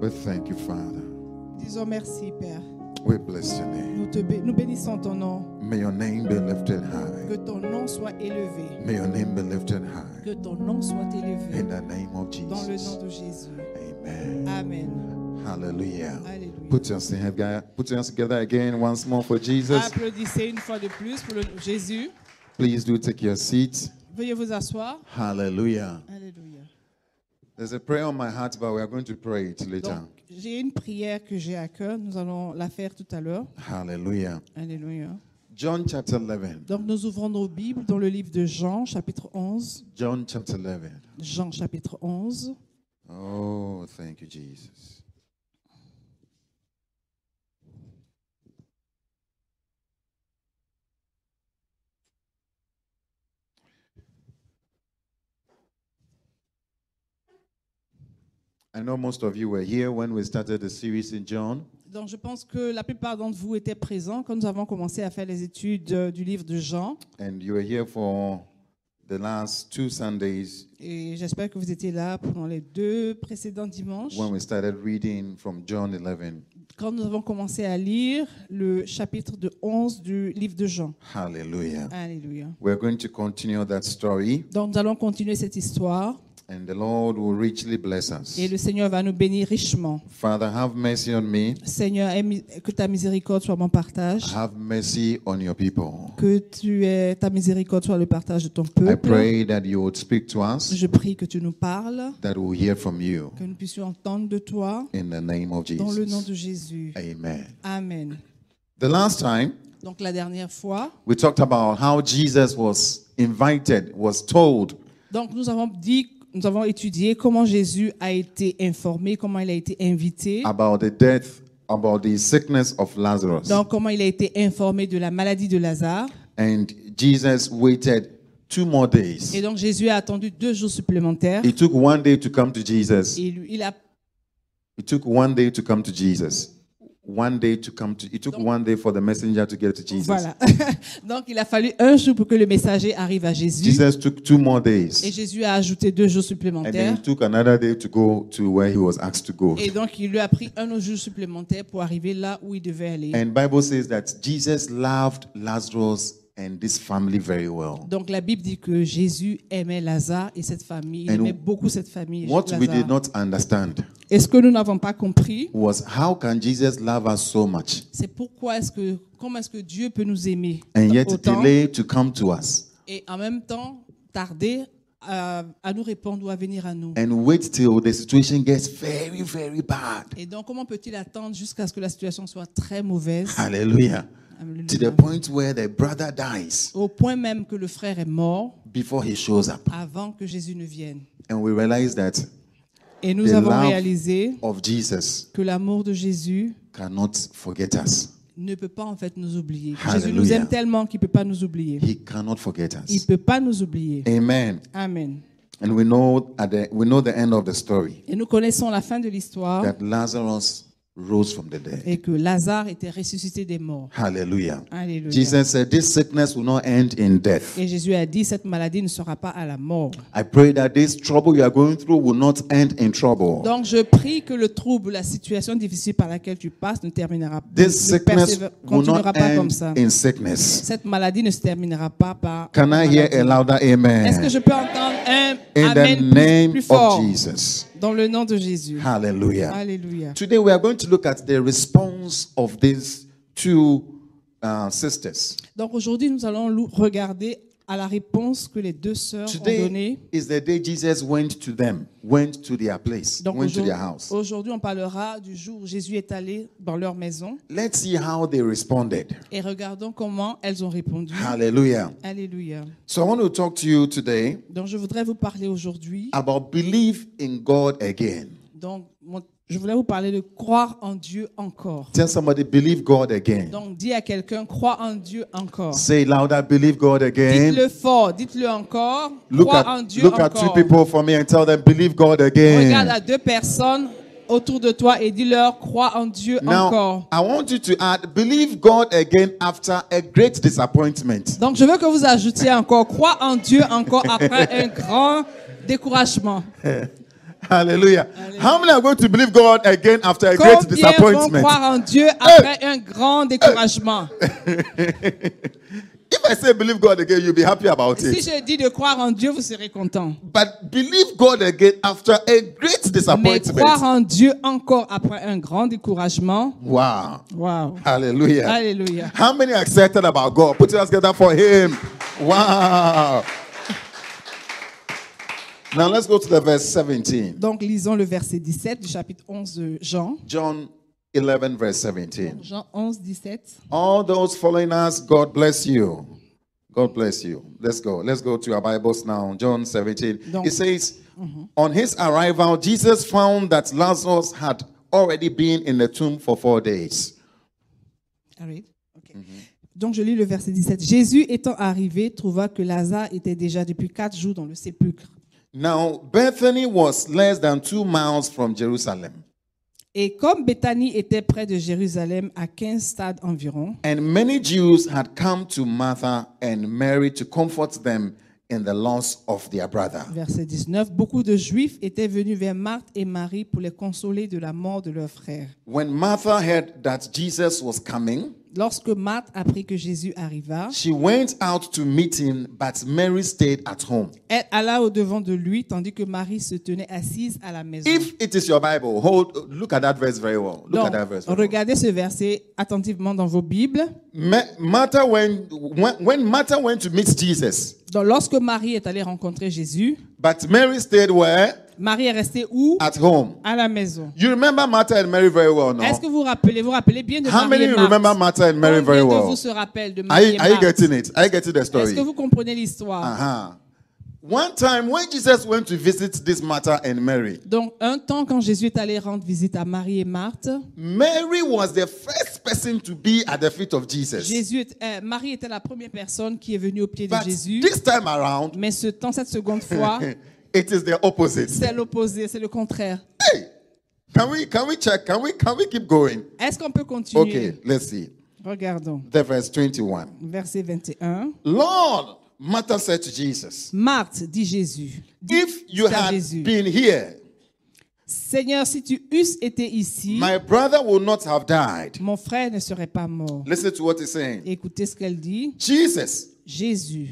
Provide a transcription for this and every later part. We thank you, Father. Disons merci, Père. We bless your name. Nous, te bé- nous bénissons ton nom. May your name be lifted Que high. ton nom soit élevé. May your name be lifted high. Que ton nom soit élevé. In the name of Dans le Jesus. nom de Jésus. Amen. Amen. Hallelujah. Alléluia. Put your, hands together- put your hands together again once more for Jesus. Applaudissez une fois de plus pour le- Jésus. Please do take your seats. Veuillez vous asseoir. Hallelujah. Alléluia. There's a prayer on my heart, but we are going to pray it later. Donc, j'ai une prière que j'ai à cœur. Nous allons la faire tout à l'heure. Hallelujah. Alléluia. John chapter 11. Donc, nous ouvrons nos Bibles dans le livre de Jean, chapitre 11. John chapter 11. Jean, chapitre 11. Oh, thank you, Jesus. I know most of you were here when we started the series in John. Donc, je pense que la plupart d'entre vous étaient présents quand nous avons commencé à faire les études euh, du livre de Jean. And you were here for the last two Sundays Et j'espère que vous étiez là pendant les deux précédents dimanches, when we started reading from John 11. quand nous avons commencé à lire le chapitre de 11 du livre de Jean. Hallelujah. Alléluia. We're going to continue that story, Donc nous allons continuer cette histoire and the Lord will richly bless us. et le Seigneur va nous bénir richement. Father, have mercy on me. Seigneur, aie mi- que ta miséricorde soit mon partage, Have mercy on your people. que tu aies, ta miséricorde soit le partage de ton I peuple. pray that you would speak to us, Je prie que tu nous parles, that we'll hear from you que nous puissions entendre de toi in the name of dans le nom Jesus. de Jésus. Amen. Amen. The last time Donc la dernière fois, we talked about how Jesus was invited, was told Donc nous avons dit, nous avons étudié comment Jésus a été informé, comment il a été invité, about the death, about the sickness of Lazarus. donc comment il a été informé de la maladie de Lazare. And Jesus waited two more Et days. donc Jésus a attendu deux jours supplémentaires. It took one day to come to Jesus. Il, il a, It took one day to come to Jesus. One day to come to. It took one day for the messenger to get to Jesus. voilà. donc il a fallu un jour pour que le messager arrive à Jésus. Jesus took two more Et days, Jésus a ajouté deux jours and then supplémentaires. it took another day to go to where he was asked to go. Et donc il lui a pris un autre jour supplémentaire pour arriver là où il devait aller. And Bible says that Jesus loved Lazarus and this family very well. Donc la Bible dit que Jésus aimait Lazare et cette famille. Il And aimait beaucoup cette famille. What we Lazare. did not understand Et ce que nous n'avons pas compris, was how can Jesus love us so much C'est pourquoi est-ce que, comment est-ce que Dieu peut nous aimer and yet autant delay to come to us et en même temps tarder à, à nous répondre ou à venir à nous. and wait till the situation gets very, very bad. Et donc, comment peut-il attendre jusqu'à ce que la situation soit très mauvaise Hallelujah. Alléluia. To the point where the brother dies au point même que le frère est mort before he shows up. avant que Jésus ne vienne. And we realize that Et nous The avons love- réalisé of Jesus que l'amour de Jésus cannot forget us. ne peut pas en fait nous oublier. Jésus Alléluia. nous aime tellement qu'il ne peut pas nous oublier. He cannot forget Il ne us. peut pas nous oublier. Amen. Amen. And we know at the we know the end of the story Et nous connaissons la fin de l'histoire that Lazarus rose from the dead. et que Lazare était ressuscité des morts. Hallelujah. Alléluia. Jesus said, "This sickness will not end in death." Et Jésus a dit, cette maladie ne sera pas à la mort. I pray that this trouble you are going through will not end in trouble. Donc je prie que le trouble, la situation difficile par laquelle tu passes ne terminera ne This sickness persévé- will continuera not pas comme end ça. in sickness. Cette maladie ne se terminera pas par... Can I hear a maladie. louder Est-ce que amen? je peux entendre un In the Amen plus, name plus of fort Jesus. dans le nom de Jésus Hallelujah. Alléluia. Today we are going to look at the response of these two uh, sisters. Donc aujourd'hui, nous allons lou- regarder à la réponse que les deux sœurs ont Today donnée. is the day Jesus went to them, went to their place, Donc went to aujourd'hui, their house. aujourd'hui, on parlera du jour où Jésus est allé dans leur maison Let's see how they responded. et regardons comment elles ont répondu. Hallelujah. Alléluia. So I want to talk to you today Donc, je voudrais vous parler aujourd'hui. about belief in God again. Donc, mon- je voulais vous parler de croire en Dieu encore. Tell somebody, believe God again. Donc, dis à quelqu'un, crois en Dieu encore. Say louder, believe God again. Dites-le fort, dites-le encore. Look crois en at, Dieu look at two encore. people for me and tell them, believe God Regarde again. à deux personnes autour de toi et dis-leur, crois en Dieu Now, encore. I want you to add, believe God again after a great disappointment. Donc, je veux que vous ajoutiez encore, crois en Dieu encore après un grand découragement. Hallelujah. How many are going to believe God again after a great Combien vont disappointment? croire en Dieu après un grand découragement If I say believe God again, you'll be happy about Si it. je dis de croire en Dieu, vous serez content. But believe God again after a great Mais croire disappointment. en Dieu encore après un grand découragement, Wow. wow. Hallelujah. Hallelujah. How many are excited about God? Put your hands together for Him. Wow. Now let's go to the verse 17. Donc lisons le verset 17 du chapitre 11 de Jean. John 11, verse 17. Jean 11, 17. All those following us, God bless you. God bless you. Let's go. Let's go to our Bibles now. John 17. Donc- it says, On his arrival, Jesus found that Lazarus had already been in the tomb for four days. I read? Mm-hmm. Ok. Donc je lis le verset 17. Jésus étant arrivé, trouva que Lazare était déjà depuis quatre jours dans le sépulcre. Now, Bethany was less than two miles from Jerusalem, Et comme Béthanie était près de Jérusalem, à 15 stades environ, and many Jews had come to Martha and Mary to comfort them in the loss of their brother. verset 19, beaucoup de Juifs étaient venus vers Marthe et Marie pour les consoler de la mort de leur frère. When Martha heard that Jesus was coming, Lorsque Marthe apprit que Jésus arriva, She went out to meet him, but Mary stayed at home. elle alla au devant de lui, tandis que Marie se tenait assise à la maison. If it is your Bible, hold look at that verse very well. Look Donc, at that verse. Very well. regardez ce verset attentivement dans vos Bibles. Ma- Martha went when, when Martha went to meet Jesus, Donc, lorsque Marie est allée rencontrer Jésus, but Mary stayed where? Marie est restée où At home. À la maison. You remember Martha and Mary very well now. Est-ce que vous rappelez, vous rappelez bien de How Marie many et Marthe remember Martha and Mary Combien very de well? vous se rappelle de Are Marie you, et are you Marthe getting it? Are you getting the Est-ce story? que vous comprenez l'histoire Uh-huh. One time when Jesus went to visit this Martha and Mary, Donc, un temps quand Jésus est allé rendre visite à Marie et Marthe, Mary was the first person to be at the feet of Jesus. Jésus est- euh, Marie était la première personne qui est venue au pied de But Jésus. this time around, Mais ce temps, cette seconde fois, it is the opposite. c'est l'opposé, c'est le contraire. Hey, can we can we check? Can we can we keep going? Est-ce qu'on peut continuer Okay, let's see. Regardons. The verse 21. Verset 21. Lord, Martha said to Jesus, Marthe, dit Jésus, If you Ça, had Jésus. been here, Seigneur, si tu eusses été ici, my brother would not have died. mon frère ne serait pas mort. Listen to what he's saying. Écoutez ce qu'elle dit. Jesus, Jésus,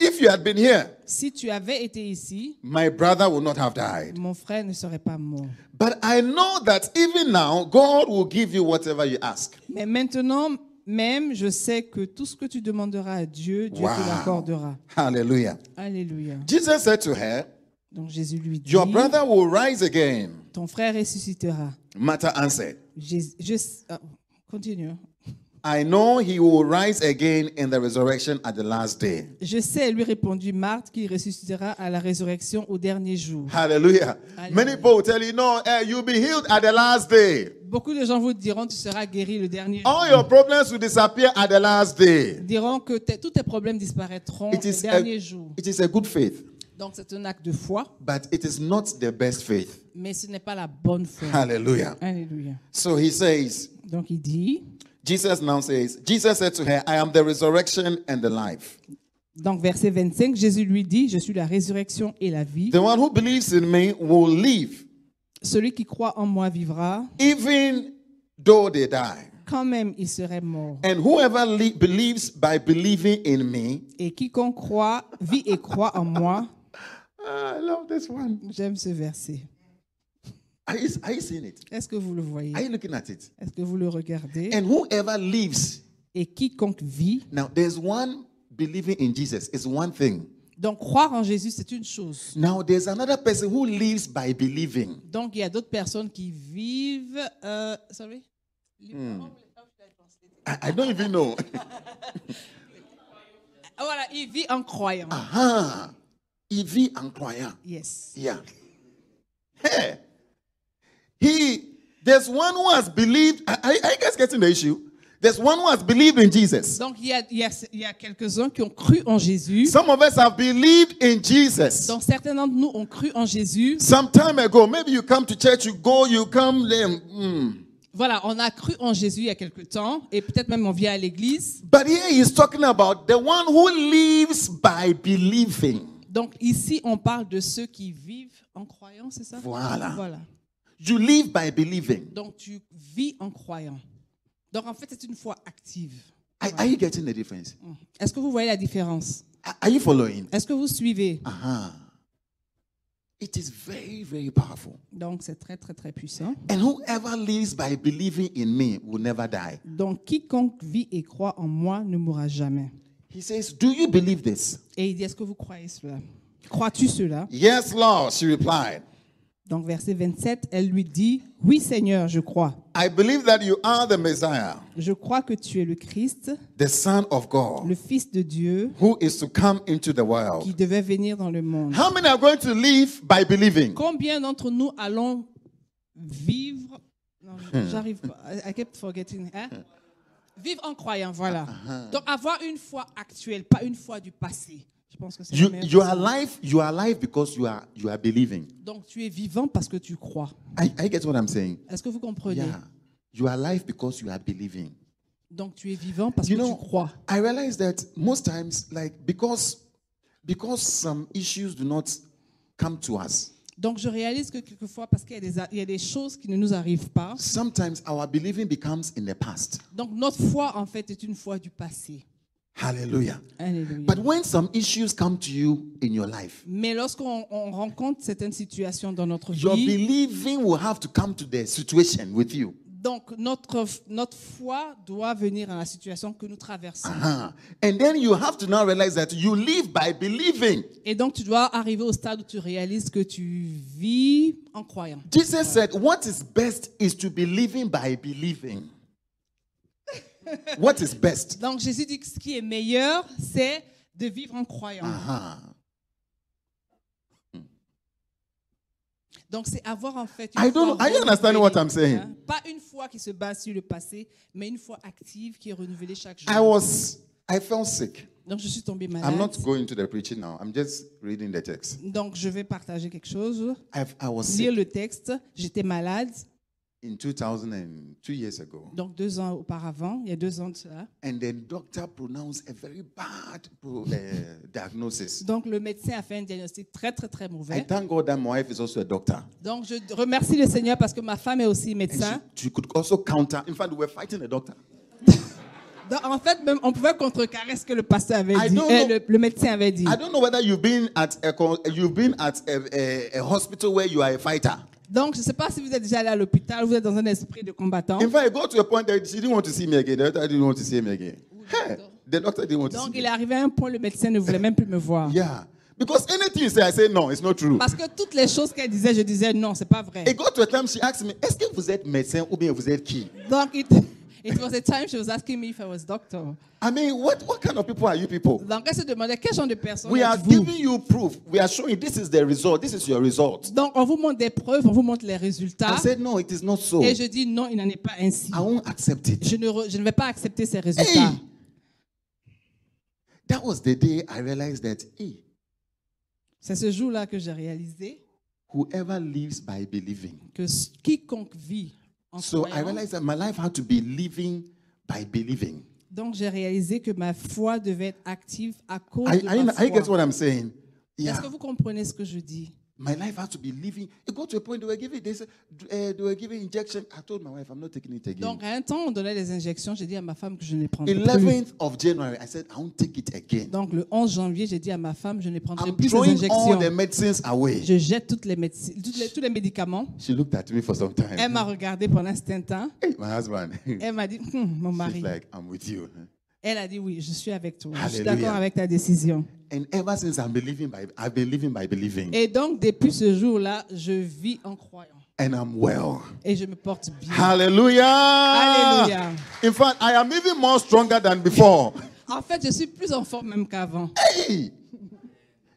if you had been here, si tu avais été ici, my brother would not have died. mon frère ne serait pas mort. But I know that even now, God will give you whatever you ask. Mais maintenant même, je sais que tout ce que tu demanderas à Dieu, Dieu te Wow. l'accordera. Hallelujah. Alléluia. Jesus said to her, Donc Jésus lui dit, Your brother will rise again. ton frère ressuscitera. Martha answered, Jésus, je- ah, continue. I know he will rise again in the resurrection at the last day. Je sais, lui répondit Marthe, qu'il ressuscitera à la résurrection au dernier jour. Hallelujah. Many people will tell you, no, eh, you'll be healed at the last day. Beaucoup de gens vous diront, tu seras guéri le dernier jour. All your problems will disappear at the last day. diront que tes- tous tes problèmes disparaîtront Oh! It le is, a, dernier jour. it is a good faith, Donc c'est un acte de foi, but it is not the best faith. mais ce n'est pas la bonne foi. Hallelujah. Alléluia. So he says, Donc il dit, Jesus now says, Jesus said to her, I am the resurrection and the life. donc verset 25, Jésus lui dit, je suis la résurrection et la vie. The one who believes in me will live, Celui qui croit en moi vivra, even though they die. quand même il serait mort. And whoever li- believes by believing in me, Et quiconque croit, vit et croit en moi. Ah, I love this one. J'aime ce verset. Are you, are you seeing it? Est-ce que vous le voyez Are you looking at it? Est-ce que vous le regardez And whoever lives, Et quiconque vit. now there's one believing in Jesus is one thing. Donc croire en Jésus, c'est une chose. Now there's another person who lives by believing. Donc, il y a d'autres personnes qui vivent. euh, sorry? I, I don't even know. Ah, Voilà, il vit en croyant. Aha. Il vit en croyant. Yes. Yeah. Hey. He, there's one who has believed. Are, are are you guys getting the issue? There's one who has believed in Jesus. Donc, il y a, il y a- il y a quelques-uns qui ont cru en Jésus. Some of us have believed in Jesus. Donc, certains d'entre nous ont cru en Jésus. Some time ago, maybe you come to church, you go, you come, then, mm. Voilà, on a cru en Jésus il y a quelque temps. Et peut-être même on vient à l'église. but here he's talking about the one who lives by believing. Donc ici, on parle de ceux qui vivent en croyant, c'est ça Voilà. You live by believing. Donc tu vis en croyant. Donc en fait, c'est une foi active. Are, are you getting the difference? Mm. Est-ce que vous voyez la différence Are- Are you following? Est-ce que vous suivez Uh-huh. It is very, very powerful. Donc c'est très très très puissant. And whoever lives by believing in me will never die. Donc quiconque vit et croit en moi ne mourra jamais. He says, Do you believe this? Et il dit, est-ce que vous croyez cela Crois-tu cela Yes, Lord, she replied. Donc verset 27, elle lui dit, oui Seigneur, je crois. I believe that you are the Messiah, Je crois que tu es le Christ, the Son of God, le Fils de Dieu, who is to come into the qui world. devait venir dans le monde. How many are going to live by believing? Combien d'entre nous allons vivre Non, Hmm. j'arrive pas. I I kept forgetting. hein? Vivre en croyant, voilà. Ah, Donc avoir une foi actuelle, pas une foi du passé. Je pense que c'est la You, meilleure you are façon. alive. You are alive because you are you are believing. Donc tu es vivant parce que tu crois. I, I get what I'm saying. Est-ce que vous comprenez Yeah, you are alive because you are believing. Donc tu es vivant parce You que know, tu crois. I realize that most times, like because because some issues do not come to us. Donc je réalise que quelquefois, parce qu'il y a, des, a- il y a des choses qui ne nous arrivent pas, Sometimes our believing becomes in the past. donc notre foi en fait est une foi du passé. Hallelujah. Alléluia. But when some issues come to you in your life, Mais lorsqu'on on rencontre certaines situations dans notre your vie, believing will have to come to the situation with you. donc notre, f- notre foi doit venir à la situation que nous traversons. Uh-huh. And then you have to now realize that you live by believing. Et donc tu dois arriver au stade où tu réalises que tu vis en croyant. Jesus said, What is best is to be living by believing. what is best? Donc Jésus dit que ce qui est meilleur, c'est de vivre en croyant. Uh-huh. Donc, c'est avoir en fait. I don't- foi are you understanding what I'm saying? renouvelée, hein. Pas une foi qui se base sur le passé, mais une foi active qui est renouvelée chaque jour. I was, I fell sick. Donc, je suis tombée malade. I'm not going to the preaching now. I'm just reading the text. Donc, je vais partager quelque chose. I've, I was Lire sick le texte. J'étais malade, in 2002 years ago, donc deux ans auparavant, il y a deux ans de cela. and the doctor pronounced a very bad pro- uh, diagnosis. Donc, le médecin a fait un diagnostic très, très, très I mauvais. thank God that my wife is also a doctor. Donc, je remercie le Seigneur parce que ma femme est aussi And médecin. she, she could also counter. In fact, we were fighting a doctor. Donc, en fait, même, on pouvait contrecarrer ce que le pasteur avait I dit, don't euh, know- le, le médecin avait dit. I don't know whether you've been at a con- you've been at a, a, a hospital where you are a fighter. Donc, je ne sais pas si vous êtes déjà allé à l'hôpital, vous êtes dans un esprit de combattant. In fact, it got to a point that she didn't want to see me again. The doctor didn't want to see me again. Hey, the doctor didn't want to Donc, see il me. est arrivé à un point, le médecin ne voulait même plus me voir. Yeah, because anything you say, I say no, it's not true. Parce que toutes les choses qu'elle disait, je disais non, c'est pas vrai. It got to a time she asked me, "Est-ce que vous êtes médecin ou bien vous êtes qui?" Donc, it, it was a time she was asking me if I was doctor. I mean, what what kind of people are you people? Donc, elle se demandait quel genre de personne We are êtes-vous? giving you proof. We are showing this is the result. This is your result. Donc, on vous montre des preuves, on vous montre les résultats. I said no, it is not so. Et je dis non, il n'en est pas ainsi. I won't accept it. Je ne, re- je ne vais pas accepter ces résultats. Hey! That was the day I realized that hey, C'est ce jour-là que j'ai réalisé whoever lives by believing. que s- quiconque vit en So I croyant- realized that my life had to be living by believing. Donc, j'ai réalisé que ma foi devait être active à cause I, de I, ma I get foi. what I'm saying. Est-ce Yeah. que vous comprenez ce que je dis My life had to be living. It got to a point they were giving this, uh, they were giving injection. I told my wife, I'm not taking it again. Donc, à un temps, on donnait des injections. J'ai dit à ma femme que je ne les prendrais plus. 11th of January, I said, I won't take it again. Donc, le 11 janvier, j'ai dit à ma femme, je ne prendrai I'm plus ces throwing all injections. the medicines away. Je jette toutes les médecines, toutes les- tous les médicaments. She looked at me for some Elle time. m'a regardé pendant un certain temps. Hey, my husband. Elle m'a dit, Hum, mon mari. She's like, I'm with you. Elle a dit, oui, je suis avec toi. Je suis Alléluia. d'accord avec ta décision. And ever since I'm believing by, I've been living by believing. Et donc, depuis ce jour-là, je vis en croyant. And I'm well. Et je me porte bien. Hallelujah. Hallelujah. In fact, I am even more stronger than before. En fait, je suis plus en forme même qu'avant. Hey!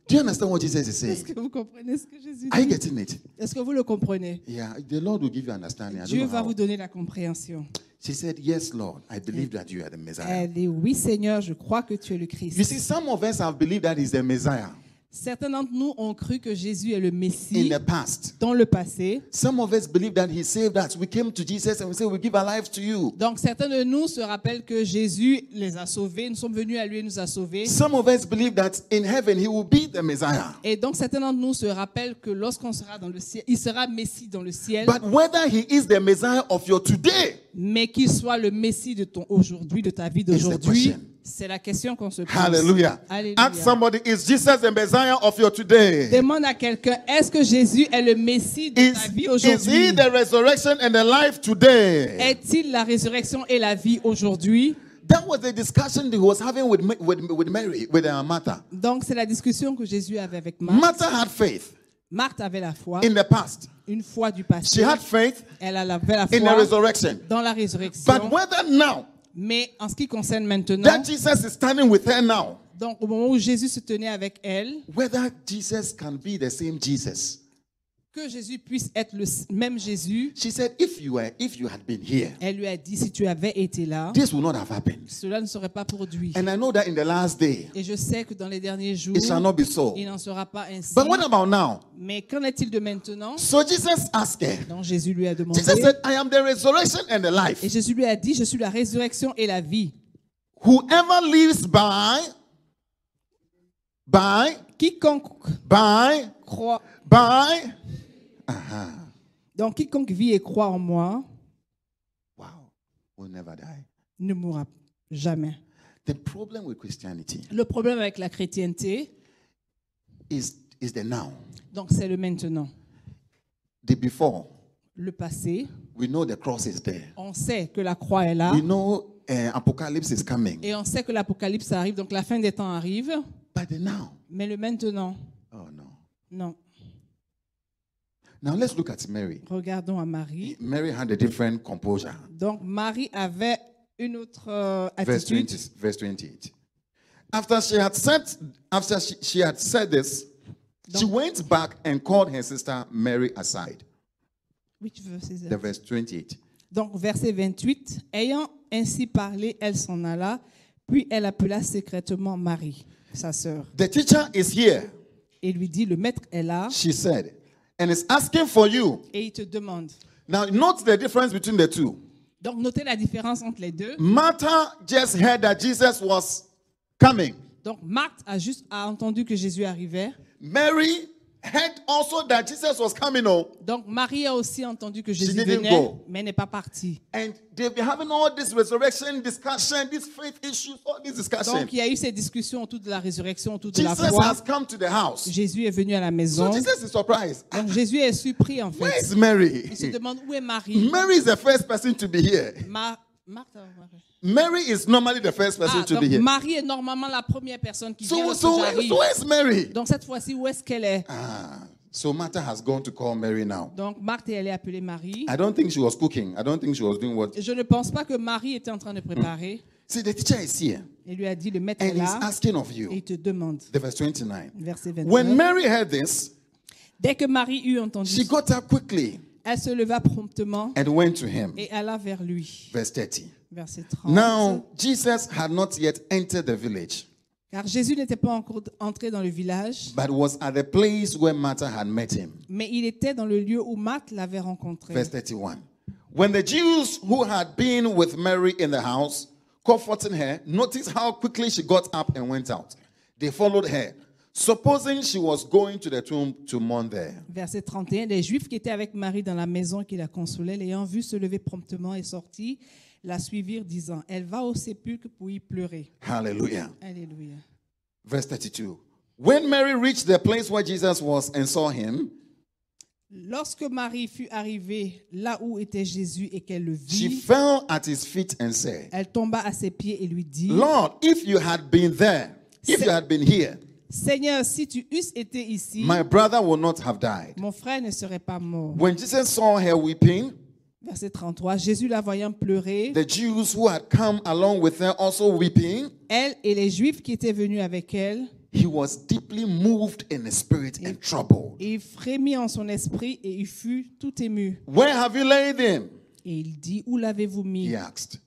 Do you understand what Jesus is Est-ce saying? que vous comprenez ce que Jésus Are you dit getting it? Est-ce que vous le comprenez Yeah, the Lord will give you understanding. I don't Dieu know va how. vous donner la compréhension. She said, Yes, Lord, I believe that you are the Messiah. Elle dit, oui Seigneur, je crois que tu es le You Christ. see, some of us have believed that he's the Messiah. Certains d'entre nous ont cru que Jésus est le in Messie the past. dans le passé. Some of us believe that He saved us. We came to Jesus and we say, We give our lives to you. Donc certains de nous se rappellent que Jésus les a sauvés, nous sommes venus à lui et nous a sauvés. Some of us believe that in heaven He will be the Messiah. Et donc certains d'entre nous se rappellent que lorsqu'on sera dans le ciel, il sera Messie dans le ciel, But whether He is the Messiah of your today, mais qu'il soit le Messie de ton aujourd'hui, de ta vie the d'aujourd'hui, question. c'est la question qu'on se pose. hallelujah. Alléluia. Ask somebody, Is Jesus the Messiah of your today? Demande à quelqu'un, est-ce que Jésus est le Messie de Is, ta vie is He aujourd'hui the resurrection and the life today? Est-il la résurrection et la vie aujourd'hui That was the discussion he was having with, Ma- with, with Mary, with uh, Martha. Donc c'est la discussion que Jésus avait avec Marthe. Martha had faith Marthe avait la foi, in the past, une foi du she passé. had faith Elle avait la in the foi resurrection. dans la But résurrection. whether now Mais en ce qui concerne maintenant, that Jesus is standing with her now, donc au moment où Jésus se tenait avec elle, whether Jesus can be the same Jesus. que Jésus puisse être le s- même Jésus, She said, if you were, if you had been here, elle lui a dit, si tu avais été là, this would not have happened. cela ne serait pas produit. And I know that in the last day, Et je sais que dans les derniers jours, it shall not be so. il n'en sera pas ainsi. But what about now? Mais qu'en est-il de maintenant So Jesus asked her, Donc Jésus lui a demandé. Jesus said, I am the resurrection and the Et life. Jésus lui a dit, je suis la résurrection et la vie. Whoever lives by, by, Quiconque by, croit, by, donc quiconque vit et croit en moi, wow, will never die. ne mourra jamais. The problem with Christianity Le problème avec la chrétienté, is, is the now, donc c'est le maintenant, the before. le passé. We know the cross is there. On sait que la croix est là We know uh, apocalypse is coming. et on sait que l'apocalypse arrive, donc la fin des temps arrive. But the now, Mais le maintenant, oh no. non. Now let's look at Mary. Regardons à Marie. Mary had a different composure. Donc Marie avait une autre euh, Verse attitude. 20, verse 28. After she had said, after she, she had said this, she Donc- went back and called her sister Mary aside. Which verse is that? The verse 28. Donc, verset 28, ayant ainsi parlé, elle s'en alla, puis elle appela secrètement Marie, sa sœur, The teacher is here, et lui dit, le maître est là, she said, and is asking for you. et il te demande. Now note the difference between the two. Donc, notez la différence entre les deux. Martha just heard that Jesus was coming. Donc, Marthe a juste a entendu que Jésus arrivait. Mary heard also that Jesus was coming oh, home. Donc, Marie a aussi entendu que Jésus didn't venait, go. mais n'est pas partie. And they've been having all this resurrection discussion, these faith issues, all this discussion. Donc, il y a eu ces discussions autour de la résurrection, autour de la Jesus foi. has come to the house. Jésus est venu à la So maison. Jesus is surprised. Ah, Donc, Jésus est surpris, en Where fait. is Mary? Il se demande où est Marie. Mary is the first person to be here. Ma- Marthe ou Marie? Mary is normally the first person Ah, to donc be here. Marie est normalement la première personne qui vient So, lorsque so, where- j'arrive. so where's Mary? Donc cette fois-ci, où est-ce qu'elle est Ah, so Martha has gone to call Mary now. Donc Marthe est allée appeler Marie. I don't think she was cooking. I don't think she was doing what. Je ne pense pas que Marie était en train de préparer. See, the teacher is here Elle lui a dit, le maître est and he's là asking of et you. il te demande. The verse 29. Verset 29. When Mary heard this, Dès que Marie eut entendu, she got up quickly elle se leva promptement and went to him. et alla vers lui. Verse 30. Verset 30. Now, Jesus had not yet entered the village, Car Jésus n'était pas encore entré dans le village, but was at the place where Martha had met him. mais il était dans le lieu où Marthe l'avait rencontré. Verse 31. When the Jews who had been with Mary in the house, comforting her, noticed how quickly she got up and went out, they followed her, supposing she was going to the tomb to mourn there. Verset 31, les Juifs qui étaient avec Marie dans la maison qui la consolait, l'ayant vue se lever promptement et sortir, la suivirent, disant, Elle va au sépulcre pour y pleurer. Hallelujah. Alléluia. Verse 32. When Mary reached the place where Jesus was and saw him, Lorsque Marie fut arrivée là où était Jésus et qu'elle le she vit, fell at his feet and said, elle tomba à ses pieds et lui dit, Lord, if you had been there, if you had been here, Seigneur, si tu eusses été ici, my brother would not have died. mon frère ne serait pas mort. When Jesus saw her weeping, Verset 33, Jésus la voyant pleurer, the Jews who had come along with her also weeping, elle et les Juifs qui étaient venus avec elle, he was deeply moved in the spirit and troubled. et il frémit en son esprit et il fut tout ému. Where have you laid him? Et il dit, Où l'avez-vous mis He asked.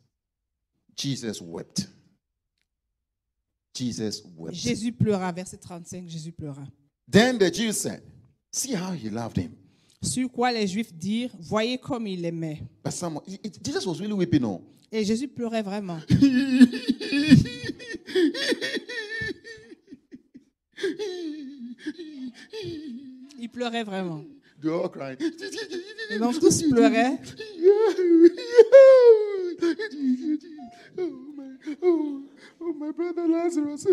Jesus wept. Jesus wept. Jésus pleura, verset 35, Jésus pleura. Then the Jews said, See how he loved him. Sur quoi les Juifs dirent, voyez comme il aimait. But someone, it- it- Jesus was really weeping. Oh. Et Jésus pleurait vraiment. Il pleurait vraiment. They all crying. Et donc tous pleuraient. oh, my, oh, oh, my brother Lazarus.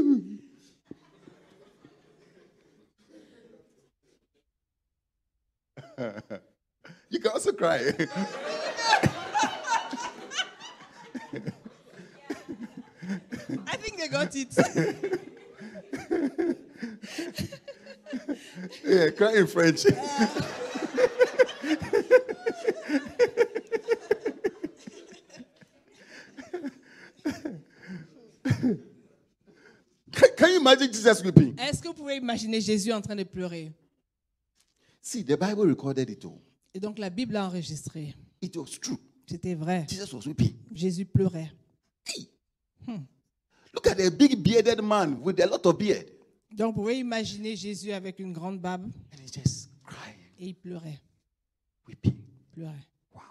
you can also cry. I think they got it. yeah, cry in French. can, can you imagine Jesus weeping? Est-ce que vous pouvez imaginer Jésus en train de pleurer See, the Bible recorded it all. Et donc la Bible a enregistré. It was true. C'était vrai. Jesus was weeping. Jésus pleurait. Look at a big bearded man with a lot of beard. Donc vous pouvez imaginer Jésus avec une grande barbe And he's just crying, et il pleurait, weeping. pleurait. Wow.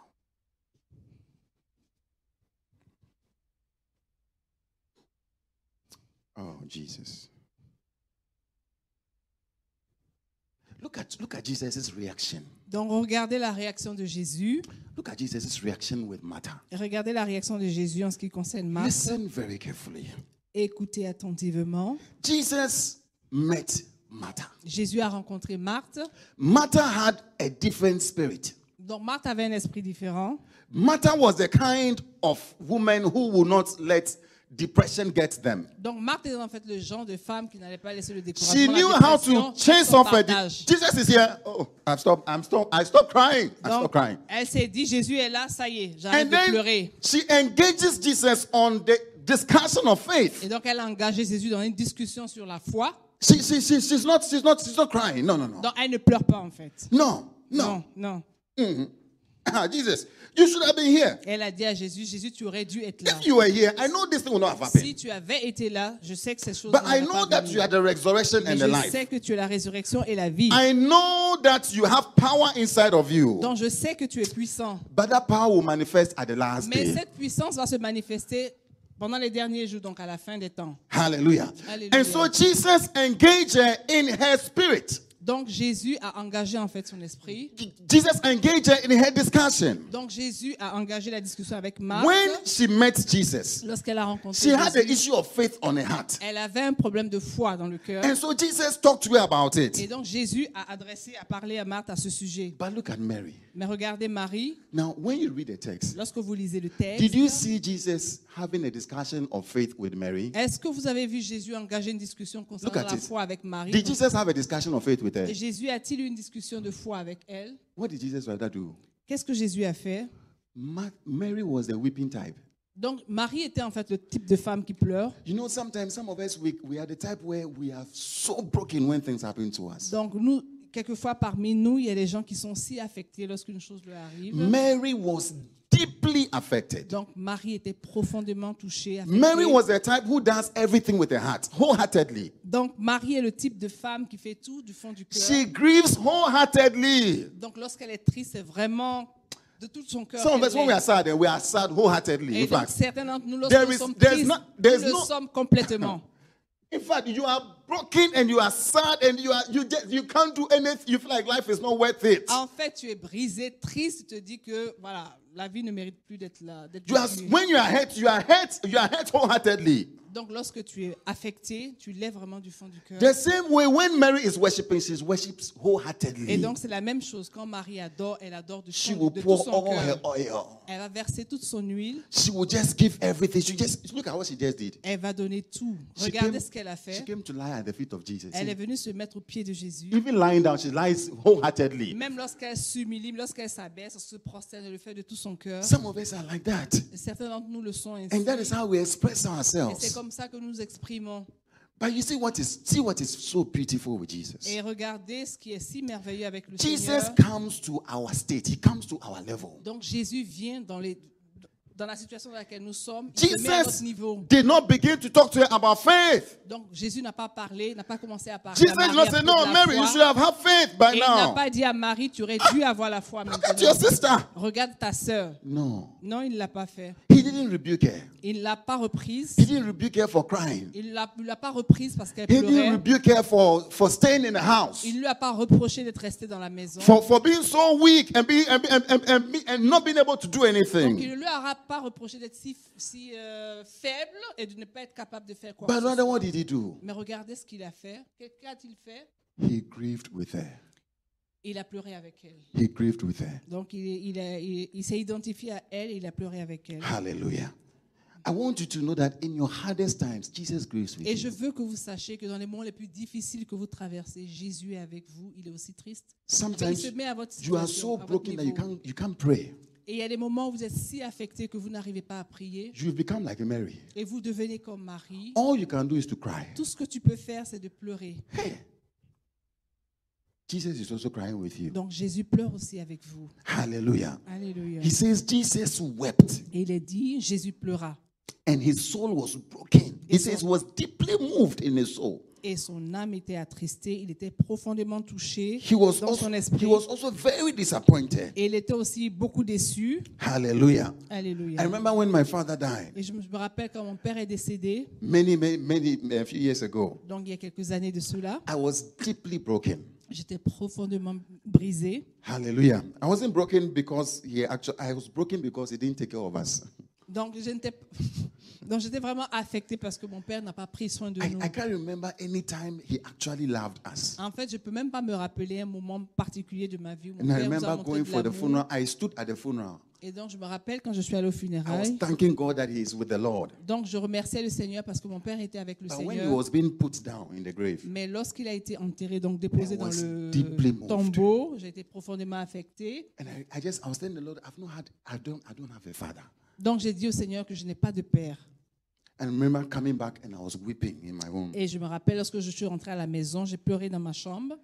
Oh, Jesus. Look at look at Jesus' reaction. Donc regardez la réaction de Jésus. Look at Jesus' reaction with Martha. Regardez la réaction de Jésus en ce qui concerne Marthe. Listen very carefully. Écoutez attentivement. Jesus met Martha. Jésus a rencontré Marthe. Martha had a different spirit. Donc Marthe avait un esprit différent. Martha was the kind of woman who will not let depression get them. Donc Marthe est en fait le genre de femme qui n'allait pas laisser le découragement. She la knew how dépression, to chase son off her. de- partage. Jesus is here. Oh, I'm stop. I'm stop. I stop crying. I Donc, stop crying. elle s'est dit, Jésus est là, ça y est, j'arrête And de then pleurer. she engages Jesus on the discussion of Et faith. donc, elle a engagé Jésus dans une discussion sur la foi. She, she, she, she's not. She's not. She's not crying. No, no, no. Donc, elle ne pleure pas, en fait. No, no. non. non. Ah, Jesus, you should have been here. Elle a dit à Jésus, Jésus, tu aurais dû être là. If you were here, I know this thing will not have happened. Si tu avais été là, je sais que ces choses But I n'auraient know pas that venu. you are the resurrection Mais and the je life. sais que tu es la résurrection et la vie. I know that you have power inside of you, Donc, je sais que tu es puissant. but that power will manifest at the last Mais day. cette puissance va se manifester pendant les derniers jours, donc à la fin des temps. Hallelujah. Hallelujah. And so Jesus engaged her in her spirit. Donc, Jésus a engagé, en fait, son esprit. Jesus engaged her in her discussion. Donc, Jésus a engagé la discussion avec Marthe. When she met Jesus, Lorsqu'elle a rencontré she had the Jésus, issue of faith on her heart. elle avait un problème de foi dans le cœur. And so Jesus talked to her about Et it. donc Jésus a adressé, a parlé à Marthe à ce sujet. But look at Mary. Mais regardez Marie, Now, when you read the text, lorsque vous lisez le did you texte, see Jesus having a discussion of faith with Mary? est-ce que vous avez vu Jésus engager une discussion Look concernant at la it. foi avec Marie Did Jesus have a discussion of faith with her? Et Jésus a-t-il eu une discussion de foi avec elle What did Jesus rather do? Qu'est-ce que Jésus a fait Ma- Mary was the weeping type. Donc Marie était en fait le type de femme qui pleure. You know, sometimes some of us we, we are the type where we are so broken when things happen to us. Donc nous, quelquefois parmi nous, il y a des gens qui sont si affectés lorsqu'une chose leur arrive. Mary was deeply affected. Donc Marie était profondément touchée. affectée. Mary was the type who does everything with her heart, wholeheartedly. Donc Marie est le type de femme qui fait tout du fond du cœur. She grieves wholeheartedly. Donc lorsqu'elle est triste, c'est vraiment de tout son cœur. Some of qu'elle us, when we l'est. are sad, then we are sad wholeheartedly. Et In donc fact, certains d'entre nous, lorsque There nous is- sommes there's tristes, not- nous there's le no- sommes complètement. in fact, you are broken and you are sad and you are you just, you can't do anything. You feel like life is not worth it. En fait, tu es brisé, triste, tu te dis que voilà, la vie ne mérite plus d'être là. d'être You are, vécue. when you are hurt, you are hurt. You are hurt wholeheartedly. Donc lorsque tu es affecté, tu l'es vraiment du fond du cœur. The same way when Mary is worshiping, she worships Et wholeheartedly. donc c'est la même chose quand Marie adore, elle adore du She fond will de tout pour son all her cœur. oil. Elle va verser toute son huile, She will just give everything. She just look at what she just did. elle va donner tout. She Regardez came- ce qu'elle a She fait. came to lie at the feet of Jesus. Elle est venue se mettre aux pieds de Jésus. Even lying down, she lies wholeheartedly. Même lorsqu'elle s'humilie, lorsqu'elle s'abaisse, on se prosterne, elle le fait de tout son cœur. Some of us are like that. Certains d'entre nous le sont ainsi. And that is how we express Et c'est ourselves. comme ça que nous nous exprimons. But you see what is see what is so beautiful with Jesus. Et regardez ce qui est si merveilleux avec le Jesus Seigneur. comes to our state. He comes to our level. Donc Jésus vient dans les dans la situation dans laquelle nous sommes, il se met à Jesus notre niveau. did not begin to talk to her about faith. Donc Jésus n'a pas parlé, n'a pas commencé à parler. Jesus à did Marie not à say, propos de No, la Mary, you foi. should have had faith by Et il n'a now. pas dit à Marie, tu aurais dû avoir la foi Look at your maintenant. sister. Regarde ta sœur. No. Non, il ne l'a pas fait. He didn't rebuke her. Il ne l'a pas reprise. He didn't rebuke her for crying. Il ne l'a il l'a pas reprise parce qu'elle He didn't pleurait. rebuke her for, for staying in the house. Il ne lui a pas reproché d'être restée dans la maison. For, for being so weak and, being, and, and, and, and, be- and not being able to do Donc il anything. ne lui a pas reproché d'être si, si, euh, faible et de ne pas être capable de faire quoi. que But ce rather, soit. what did he do? Mais regardez ce qu'il a fait. Que- Qu'a-t-il fait He grieved with her. Il a pleuré avec elle. He grieved with her. Donc il, est- il, est- il est- il s'est identifié à elle et il a pleuré avec elle. Hallelujah. I want you to know that in your hardest times, Jesus grieves with Et je you. veux que vous sachiez que dans les moments les plus difficiles que vous traversez, Jésus est avec vous. Il est aussi triste. Il Sometimes se met à votre you are situation, so à votre broken that you niveau. can't, you can't pray. Et il y a des moments où vous êtes si affecté que vous n'arrivez pas à prier You become like Mary. et vous devenez comme Marie. All you can do is to cry. Tout ce que tu peux faire, c'est de pleurer. Hey. Jesus is also crying with you. Donc Jésus pleure aussi avec vous. Hallelujah. Alléluia. He says Jesus wept Et il est dit, Jésus pleura and his soul was broken. He says was deeply moved in his soul. et son âme était attristée. Il était profondément touché He was dans also, son esprit he was also very disappointed. et il était aussi beaucoup déçu. Hallelujah. I Alléluia. remember when my father died Et je me je me rappelle quand mon père est décédé, many, many, many a few years ago. donc il y a quelques années de cela, I was deeply broken. j'étais profondément brisée. Hallelujah. I wasn't broken because he actually, I was broken because he didn't take care of us. Donc je n'étais- donc, j'étais vraiment affectée parce que mon père n'a pas pris soin de I, nous. I can't remember any time he actually loved us. En fait, je peux même pas me rappeler un moment particulier de ma vie où mon And I père nous a remember montré going de for the l'amour. funeral. I stood at the funeral. Et donc, je me rappelle quand je suis allée I aux was funérailles. thanking God that he is with the Lord. Donc, je remerciais le Seigneur parce que mon père était avec le But when he Seigneur. was being put down in the grave, Mais lorsqu'il a été enterré, donc déposé I dans was le deeply moved. tombeau, j'ai été profondément affectée. and I, I just I was telling the Lord, I've not had, I don't, I don't have a father. Donc, j'ai dit au Seigneur que je n'ai pas de père. And I remember coming back and I was weeping in my room. Et je me rappelle lorsque je suis rentrée à la maison, j'ai pleuré dans ma chambre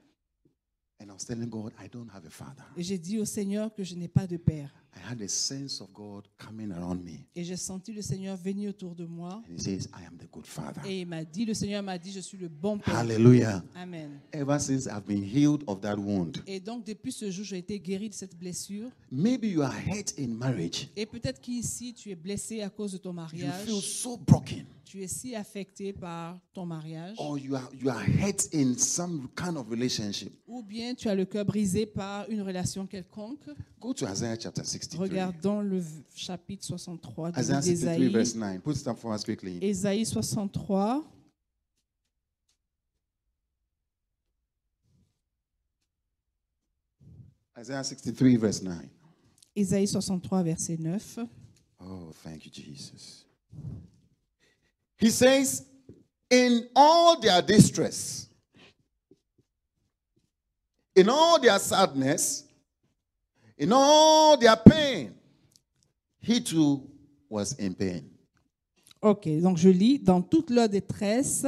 And I was telling God, I don't have a father. et j'ai dit au Seigneur que je n'ai pas de père. I had a sense of God coming around me. Et j'ai senti le Seigneur venir autour de moi And he says, I am the good father. et il m'a dit, le Seigneur m'a dit, je suis le bon père. Hallelujah. Amen. Ever since I've been healed of that wound. Et donc, depuis ce jour, j'ai été guérie de cette blessure. Maybe you are hurt in marriage. Et peut-être qu'ici, tu es blessé à cause de ton You feel mariage. so broken. Tu es si affecté par ton mariage. Or you are you are hurt in some kind of relationship. Ou bien tu as le cœur brisé par une relation quelconque. Go to Isaiah chapter 63. Regardons le v- chapitre 63 du livre Isaiah 63, d'Ésaïe. verse 9. Put it up for us quickly. Ésaïe 63. Isaiah 63, verse 9. Ésaïe 63, verset 9. Oh, thank you, Jesus. He says, In all their distress, in all their sadness, in all their pain, he too was in pain. Ok, donc je lis, dans toute leur détresse,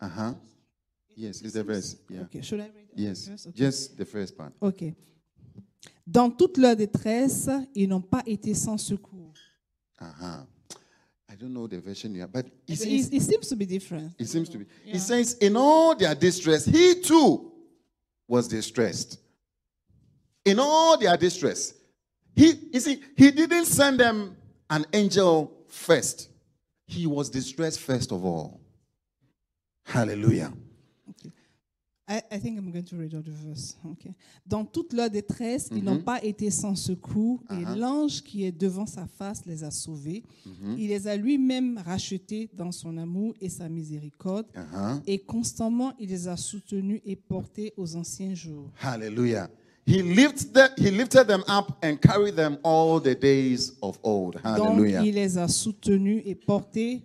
Uh huh. Yes, it's the verse. Yeah. Ok, should I read the Yes. verse? Ok. Just the first part. Ok. Dans toute leur détresse, ils n'ont pas été sans secours. Uh huh. I don't know the version you have, but it says, It, it seems to be different. It seems to be. He Yeah. says, in all their distress, he too was distressed. In all their distress, he you see, he didn't send them an angel first. He was distressed first of all. Hallelujah. I, I think I'm going to read all the verse. Okay. Dans toute leur détresse, ils Mhm. n'ont pas été sans secours Uh-huh. et l'ange qui est devant sa face les a sauvés. Mhm. Il les a lui-même rachetés dans son amour et sa miséricorde Uh-huh. et constamment il les a soutenus et portés aux anciens jours. Hallelujah. He lifted them, he lifted them up and carried them all the days of old. Donc Hallelujah. il les a soutenus et portés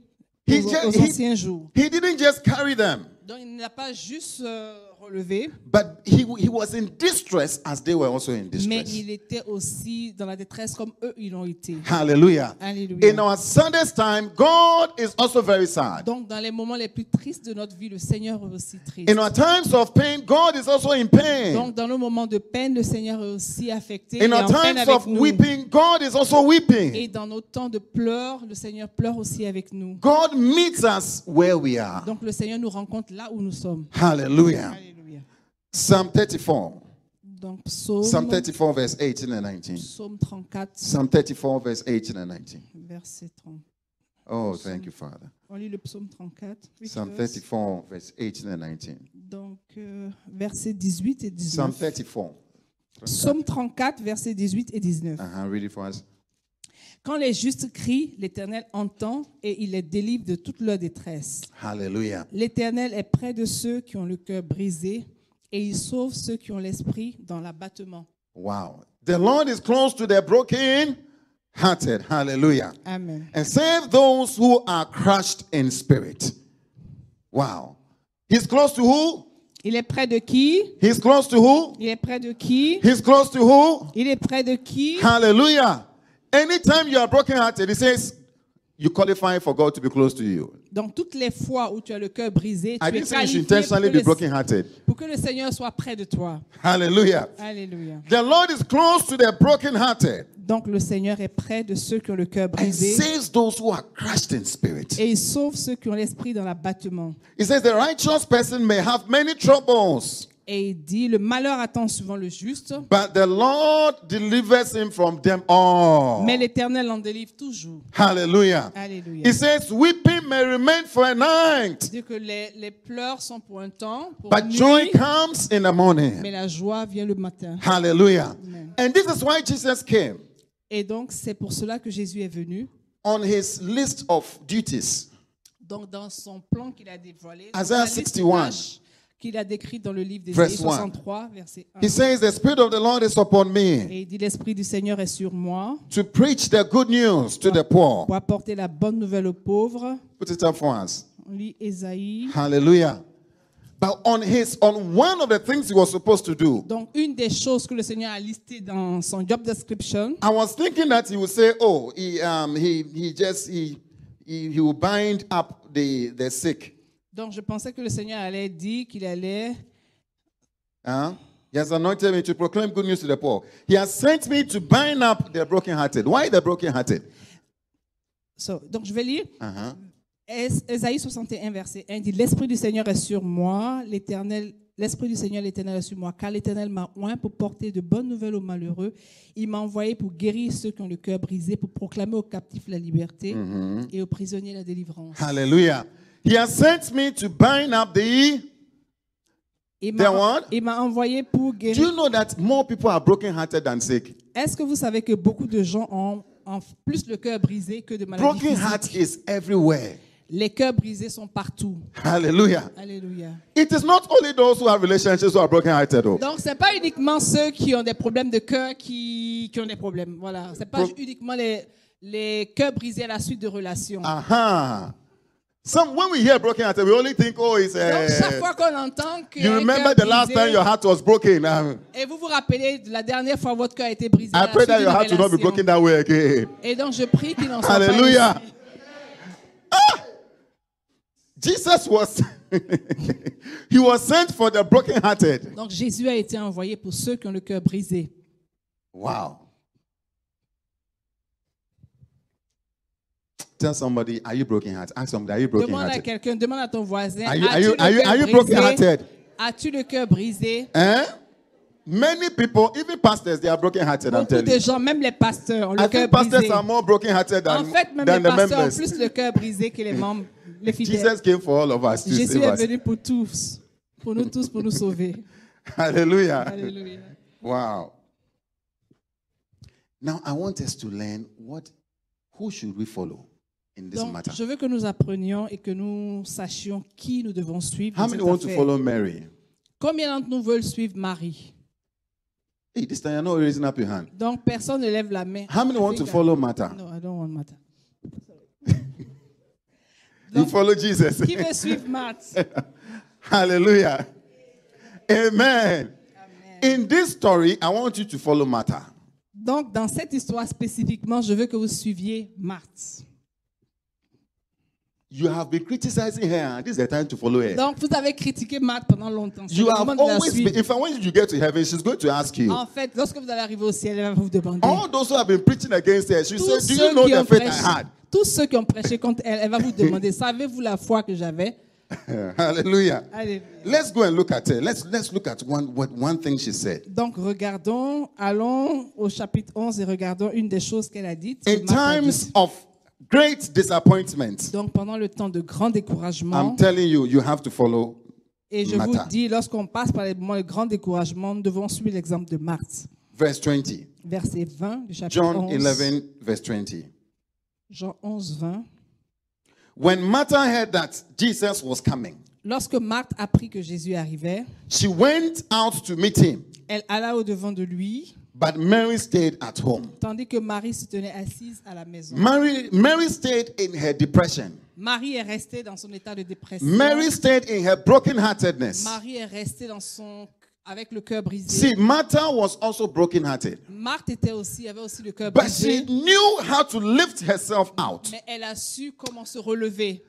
He aux, ju- aux he- anciens jours. He didn't just carry them. Donc il n'a pas juste euh, relevé, But he, he was in distress as they were also in mais distress. il était aussi dans la détresse comme eux, ils l'ont été. Hallelujah. Hallelujah. In our Sunday's time, God is also very sad. Donc, dans les moments les plus tristes de notre vie, le Seigneur est aussi triste. In our times of pain, God is also in pain. Donc, dans nos moments de peine, le Seigneur est aussi affecté. In et our en peine times avec of nous. weeping, God is also Et weeping. dans nos temps de pleurs, le Seigneur pleure aussi avec nous. God meets us where we are. Donc, le Seigneur nous rencontre là où nous sommes. Hallelujah. Alléluia. Psalm 34. Donc, Psalm psaume, 34, verse 18 and 19. psaume 34, Psalm 34, verse 18 and 19. verset 30. Oh, thank you, Father. On lit le psaume 34. Which Psalm verse? 34, verse 18 and 19. Donc, euh, versets 18 et Psalm 19. 34. Psaume 34, versets 18 et 19. Uh-huh, read it for us. Quand les justes crient, l'Éternel entend et il les délivre de toute leur détresse. Hallelujah. L'Éternel est près de ceux qui ont le cœur brisé et il sauve ceux qui ont l'esprit dans l'abattement. Wow. The Lord is close to the broken hearted. Hallelujah. Amen. And save those who are crushed in spirit. Wow. He's close to who? Il est près de qui He's close to who? Il est près de qui He's close to who? Il est près de qui Hallelujah. Anytime you are brokenhearted, he says, you qualify for God to be close to you. Donc toutes les fois où tu as le cœur brisé, tu I es didn't say you should qualifié pour, intentionally be que le, brokenhearted. pour que le Seigneur soit près de toi. Hallelujah. Alléluia. The Lord is close to the brokenhearted Donc le Seigneur est près de ceux qui ont le cœur and brisé saves those who are crushed in spirit. et il sauve ceux qui ont l'esprit dans l'abattement. He says the righteous person may have many troubles, Et il dit, le malheur attend souvent le juste, but the Lord delivers him from them all. mais l'Éternel en délivre toujours. Hallelujah. Alléluia. He says weeping may remain for a night, dit que les, les pleurs sont pour un temps, pour but une joy nuit, comes in the mais morning. la joie vient le matin. Hallelujah. Amen. And this is why Jesus came Et donc, c'est pour cela que Jésus est venu. on his list of duties. Donc, dans son plan qu'il a dévoilé, dans Isaiah sa liste 61, de tâches qu'il a décrit dans le livre verse d'Ésaïe 63, verset 1. He says the spirit of the Lord is upon me Et il dit, l'Esprit du Seigneur est sur moi to preach the good news to the poor. pour apporter la bonne nouvelle aux pauvres. Put it up for us. On lit Ésaïe. Hallelujah. But on his on one of the things he was supposed to do, Donc, une des choses que le Seigneur a listées dans son job description, I was thinking that he would say, "Oh, he um he he just he he, he will bind up the the sick, donc je pensais que le Seigneur allait dire qu'il allait huh? He has anointed me to proclaim good news to the poor. He has sent me to bind up the brokenhearted. Why the brokenhearted? So, donc je vais lire. Uh-huh. Es- Ésaïe 61, verset 1 dit L'Esprit du Seigneur est sur moi, l'Éternel. L'Esprit du Seigneur, l'Éternel est sur moi, car l'Éternel m'a oint pour porter de bonnes nouvelles aux malheureux. Il m'a envoyé pour guérir ceux qui ont le cœur brisé, pour proclamer aux captifs la liberté Mm-hmm. et aux prisonniers la délivrance. Hallelujah. He has sent me to bind up the. Il Then what? m'a il m'a envoyé pour Do you guérir. know that more people are brokenhearted than sick? Est-ce que vous savez que beaucoup de gens ont, ont plus le cœur brisé que de maladies Broken physiques heart is everywhere. Les cœurs brisés sont partout. Hallelujah. Alléluia. It is not only those who have relationships who are brokenhearted. Oh. Donc, c'est pas uniquement ceux qui ont des problèmes de cœur qui, qui ont des problèmes. Voilà. C'est pas Pro- uniquement les, les cœurs brisés à la suite de relations. Ah, Aha. Some when we hear brokenhearted, we only think, oh, it's Donc, chaque uh, fois qu'on entend que. you un remember cœur the last brisé- time your heart was broken. Um, Et vous vous rappelez de la dernière fois votre cœur a été brisé. à I la pray suite that your d'une heart will not be relation. broken that way again. Et donc, je prie qu'il n'en soit pas. Hallelujah. ainsi. Ah! Jesus was he was sent for the brokenhearted. Donc, Jésus a été envoyé pour ceux qui ont le cœur brisé. Wow. Tell somebody, are you brokenhearted? Ask somebody, are you Demande à brokenhearted? quelqu'un, demande à ton voisin. Are you- as-tu are you- le are you- cœur are you brisé? broken-hearted? As-tu le cœur brisé? Eh? Many people, even pastors, they are broken-hearted. I'm Beaucoup telling de you. gens, même les pasteurs, ont le I cœur think pastors brisé. are more broken-hearted En than, fait, même than les the pasteurs ont members. plus le cœur brisé que les membres, les fidèles. Jesus came for all of us to Jésus save est us. venu pour tous, pour nous tous, pour nous sauver. Hallelujah! Alléluia. Wow. Now I want us to learn what, who should we follow in this Donc, matter? je veux que nous apprenions et que nous sachions qui nous devons suivre. How dans many cette want to affaire. follow Mary? Combien d'entre nous veulent suivre Marie Hey, this time you're not raising up your hand. Donc, personne ne lève la main. How many want to Africa. follow Martha? No, I don't want Martha. You Donc, follow Jesus. qui veut suivre Marthe Hallelujah. Amen. In this story, I want you to follow Martha. Donc, dans cette histoire spécifiquement, je veux que vous suiviez Marthe. You have been criticizing her. and This is the time to follow her. Donc, vous avez critiqué Marthe pendant longtemps. C'est you le have moment de la always suivre. been. In fact, when you get to heaven, she's going to ask you. En fait, lorsque vous allez arriver au ciel, elle va vous demander. All those who have been preaching against her, she tous, said, "Do you ceux know qui the ont faith prêché, I had?" tous ceux qui ont prêché contre elle, elle va vous demander, savez-vous la foi que j'avais Hallelujah. Allez. Let's go and look at her. Let's let's look at one what one thing she said. Donc, regardons, allons au chapitre 11 et regardons une des choses qu'elle a dites. In Marthe a dit. times of great disappointment, Donc, pendant le temps de grand découragement, I'm telling you, you have to follow. et je Martha. vous dis, lorsqu'on passe par les moments de grand découragement, nous devons suivre l'exemple de Marthe. Verse 20. Verset 20 du chapitre John 11. 11, verse 20. Jean 11, 20. When Martha heard that Jesus was coming, Lorsque Marthe apprit que Jésus arrivait, she went out to meet him, elle alla au-devant de lui, but Mary stayed at home. tandis que Marie se tenait assise à la maison. Mary, Mary stayed in her depression. Marie est restée dans son état de dépression. Mary stayed in her brokenheartedness. Marie est restée dans son avec le cœur brisé. See, Martha was also brokenhearted, Marthe était aussi avait aussi le cœur but she brisé, knew how to lift herself out. mais elle a su comment se relever.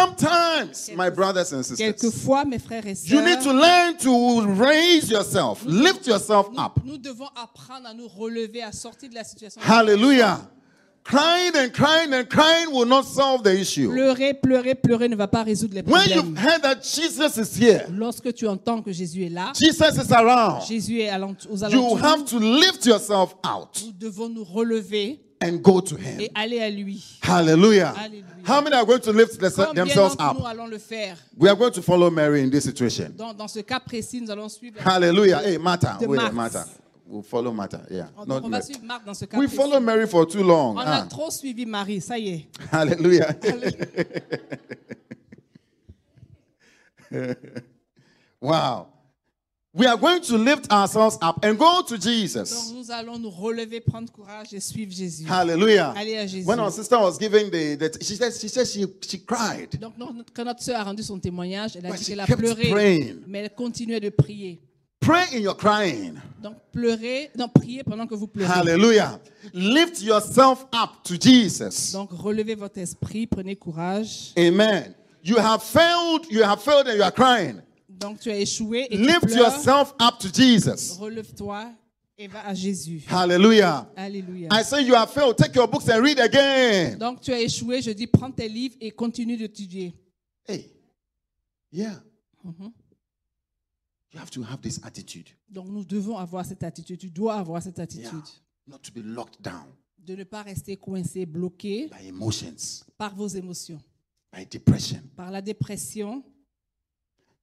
Sometimes, my brothers and sisters, Quelquefois, mes frères et you sœurs, need to learn to raise yourself, lift yourself up. nous devons apprendre à nous relever, à sortir de la situation. Hallelujah. Crying and crying and crying will not solve the issue. Pleurer, pleurer, pleurer ne va pas résoudre les When you problèmes. heard that Jesus is here, Lorsque tu entends que Jésus est là, Jesus is around, Jésus est alentou- aux you alentours, have to lift yourself out nous devons nous relever and go to Him. et aller à lui. Hallelujah. Hallelujah. How many are going to lift the- Combien themselves d'entre nous up? allons le faire We are going to follow Mary in this situation. dans, dans ce cas précis, nous allons suivre. Hallelujah. Hey, Martha. The Oh, Wait, yeah, Marx. Martha. We'll follow Martha. Yeah. On, Not on va Mary. suivre Marc dans ce cas. We précis. follow Mary for too long. On a ah. trop suivi Marie, ça y est. Hallelujah. wow. We are going to lift ourselves up and go to Donc Jesus. nous allons nous relever, prendre courage et suivre Jésus. Ah. Hallelujah. Allez à Jésus. When our sister was giving the, the she said she said she, she cried. Donc non- quand notre sœur a rendu son témoignage, elle a But dit she qu'elle a kept pleuré, praying. mais elle continuait de prier. Pray in your crying. Donc pleurer, non, prier pendant que vous pleurez. Hallelujah. Lift yourself up to Jesus. Donc relevez votre esprit, prenez courage. Amen. You have failed, you have failed and you are crying. Donc tu as échoué et tu Lift pleures. yourself up to Jesus. Relève-toi et va à Jésus. Hallelujah. Alléluia. I say you have failed. Take your books and read again. Donc tu as échoué, je dis prends tes livres et continue d'étudier. Hey. Yeah. Mhm. You have to have this attitude. Donc nous devons avoir cette attitude, tu dois avoir cette attitude. Yeah. Not to be locked down de ne pas rester coincé, bloqué by emotions, par vos émotions, by depression. par la dépression.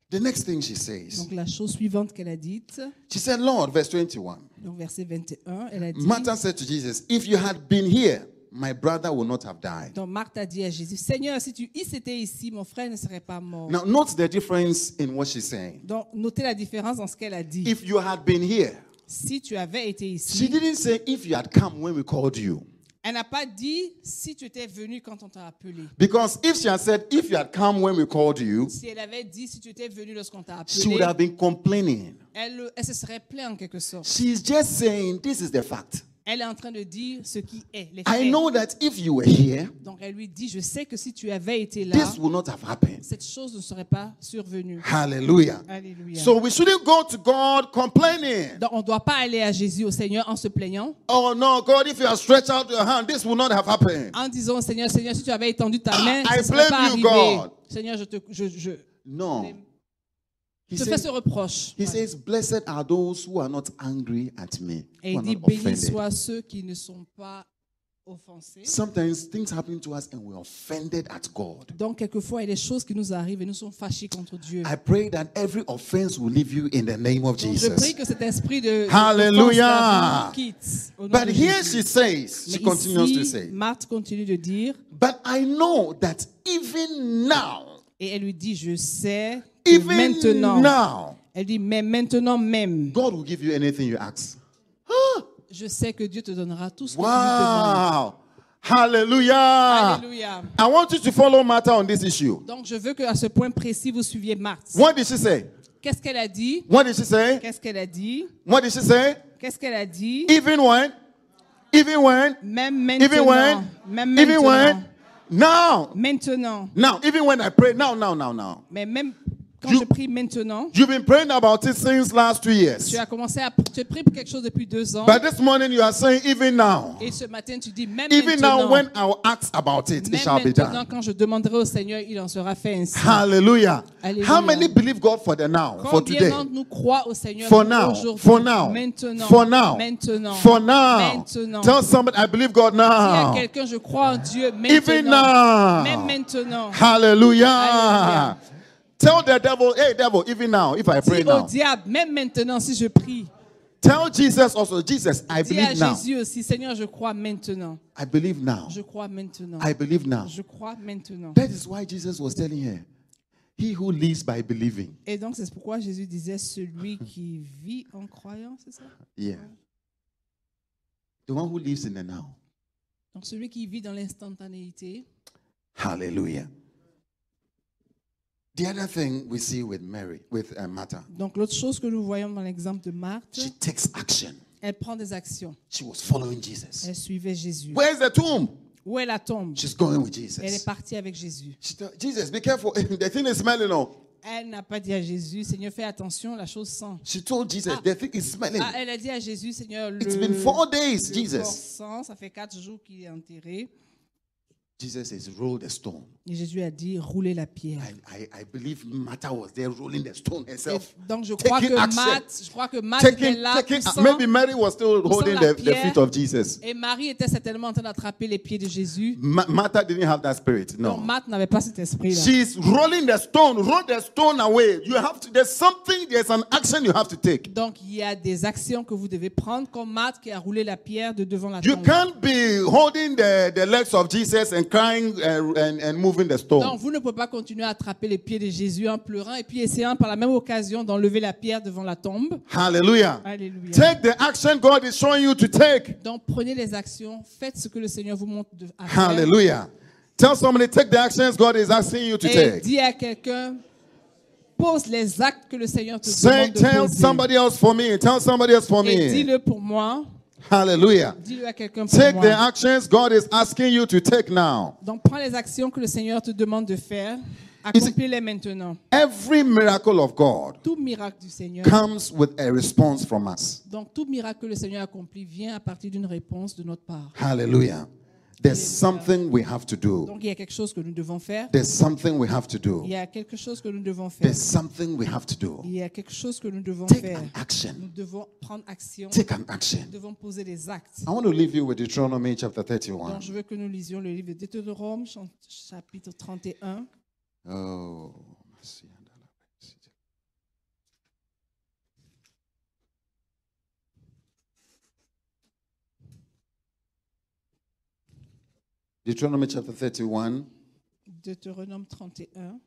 The next thing she says, Donc la chose suivante qu'elle a dite, she said, Lord, verse 21. donc verset 21, elle a dit, Martha said to Jesus, If you had been here, my brother would not have died. donc Marthe a dit à Jésus, Seigneur, si tu y étais ici, mon frère ne serait pas mort. Now, note the difference in what she's saying. Donc notez la différence dans ce qu'elle a dit. If you had been here, Si tu avais été She ici, didn't say if you had come when we called you. elle n'a pas dit si tu étais venu quand on t'a appelé. Because if she had said if you had come when we called you, Si elle avait dit si tu étais venu lorsqu'on t'a she would appelé, have been complaining. elle, elle se serait plainte en quelque sorte. She's just saying this is the fact. Elle est en train de dire ce qui est. Les I faits. know that if you were here, Donc elle lui dit, je sais que si tu avais été là, this would not have happened. cette chose ne serait pas survenue. Hallelujah. Alléluia. So we shouldn't go to God complaining. Donc, on ne doit pas aller à Jésus, au Seigneur, en se plaignant, Oh no, God, if you had stretched out your hand, this would not have happened. en disant, Seigneur, Seigneur, si tu avais étendu ta main, Ah, I ça ne serait blame pas you, arrivé. God. Seigneur, je te, je, je, No. He je te fais says, ce reproche. he Voilà. says, Blessed are those who are not angry at me. Et who il are dit, not bénis offended. soient ceux qui ne sont pas offensés. Sometimes things happen to us and we're offended at God. Donc, quelquefois, il y a des choses qui nous arrivent et nous sommes fâchés contre Dieu. I pray that every offense will leave you in the name of Donc, je prie Jesus. que cet esprit de Hallelujah. de nous quitte. au nom But de here Jésus. she says, she Mais continues to ici, say, Marthe continue de dire, But I know that even now, et elle lui dit, je sais que even maintenant, now, elle dit, mais maintenant même, God will give you anything you ask. Je sais que Dieu te donnera tout ce que Wow. Hallelujah. tu demandes. Alléluia. I want you to follow Martha on this issue. Donc je veux qu'à ce point précis, vous suiviez Marthe. What did she say? Qu'est-ce qu'elle a dit What did she say? Qu'est-ce qu'elle a dit What did she say? Qu'est-ce qu'elle a dit Even when, even when, Même even maintenant. when, Même even maintenant. when, now, Maintenant. now, even when I pray, now, now, now, now. Mais même quand You- je prie maintenant, You've been praying about it since last two years. tu as commencé à tu as pris pour quelque chose depuis deux ans. But this morning you are saying, even now, Et ce matin, tu dis même even now, maintenant. when I will ask about it, it même shall be maintenant, done. quand je demanderai au Seigneur, il en sera fait ainsi. Hallelujah. Hallelujah. How many believe God for the now, for Combien today? d'entre nous croient au Seigneur For now, aujourd'hui, for now, maintenant, for now, maintenant, for now. maintenant. Tell somebody, I believe God Il y a now. quelqu'un, je crois en Dieu Even maintenant, même now. maintenant. Hallelujah. Hallelujah. Tell the devil, hey, devil, even now, if I pray Dis au now. diable, même maintenant, si je prie, Tell Jesus also, Jesus, I dis à believe now. Jésus aussi, Seigneur, je crois maintenant, I believe now. je crois maintenant, I believe now. je crois maintenant. That is why Jesus was telling her, He who lives by believing. Et donc, c'est pourquoi Jésus disait, celui qui vit en croyant, c'est ça Yeah. The one who lives in the now. Donc, celui qui vit dans l'instantanéité. Hallelujah. The other thing we see with Mary, with uh, Martha, Donc, l'autre chose que nous voyons dans l'exemple de Marthe, she takes action. elle prend des actions. She was following Jesus. Elle suivait Jésus. Where's the tomb? Où est la tombe She's going with Elle est Jesus. partie avec Jésus. She tell- Jesus, be careful. the thing is smelling. Oh. Elle n'a pas dit à Jésus, Seigneur, fais attention, la chose sent. She told Jesus, the thing is smelling. Ah, elle a dit à Jésus, Seigneur, le, It's been four days, le corps Jesus. sent, ça fait quatre jours qu'il est enterré. Jesus says, roll the stone. Et Jésus a dit, roulez la pierre. I, I, I believe Martha was there rolling the stone Et herself. donc je Taking crois que action. Matt, je crois que Matt était taking, là, taking, poussant, maybe Mary was still holding la the, the pierre. feet of Jesus. et Marie était certainement en train d'attraper les pieds de Jésus. Ma- Martha didn't have that spirit. No. Donc Matt n'avait pas cet esprit-là. She's rolling the stone, roll the stone away. You have to, there's something, there's an action you have to take. Donc il y a des actions que vous devez prendre, comme Matt qui a roulé la pierre de devant la You tombe. can't be holding the, the legs of Jesus and crying and, and, and moving the Donc stone. vous ne pouvez pas continuer à attraper les pieds de Jésus en pleurant et puis essayant par la même occasion d'enlever la pierre devant la tombe. Hallelujah. Alléluia. Take the action God is showing you to take. Donc prenez les actions, faites ce que le Seigneur vous montre de, à faire. Hallelujah. Tell somebody, take the actions God is asking you to Et take. dis à quelqu'un, pose les actes que le Seigneur te Say, demande de tell poser. somebody else for me. Tell somebody else for Et me. dis-le pour moi, Hallelujah. dis-le à quelqu'un pour Take the moi. actions God is asking you to take now. Donc prends les actions que le Seigneur te demande de faire, Is it- accomplis-les maintenant. Every miracle of God Tout miracle du Seigneur, comes with a response from us. donc tout miracle que le Seigneur accomplit vient à partir d'une réponse de notre part. Hallelujah. There's something we have to do. Donc il y a quelque chose que nous devons faire. There's something we have to Il do. y a quelque chose que nous devons faire. There's something we have to do. Il y a quelque chose que nous devons Take faire. an action. Nous devons prendre action. Take an Nous action. devons poser des actes. I want to leave you with Deuteronomy chapter Donc 31. je veux que nous lisions le livre de Deutéronome, chan- chapitre 31. Oh, Deuteronomy chapter 31. Deutéronome 31.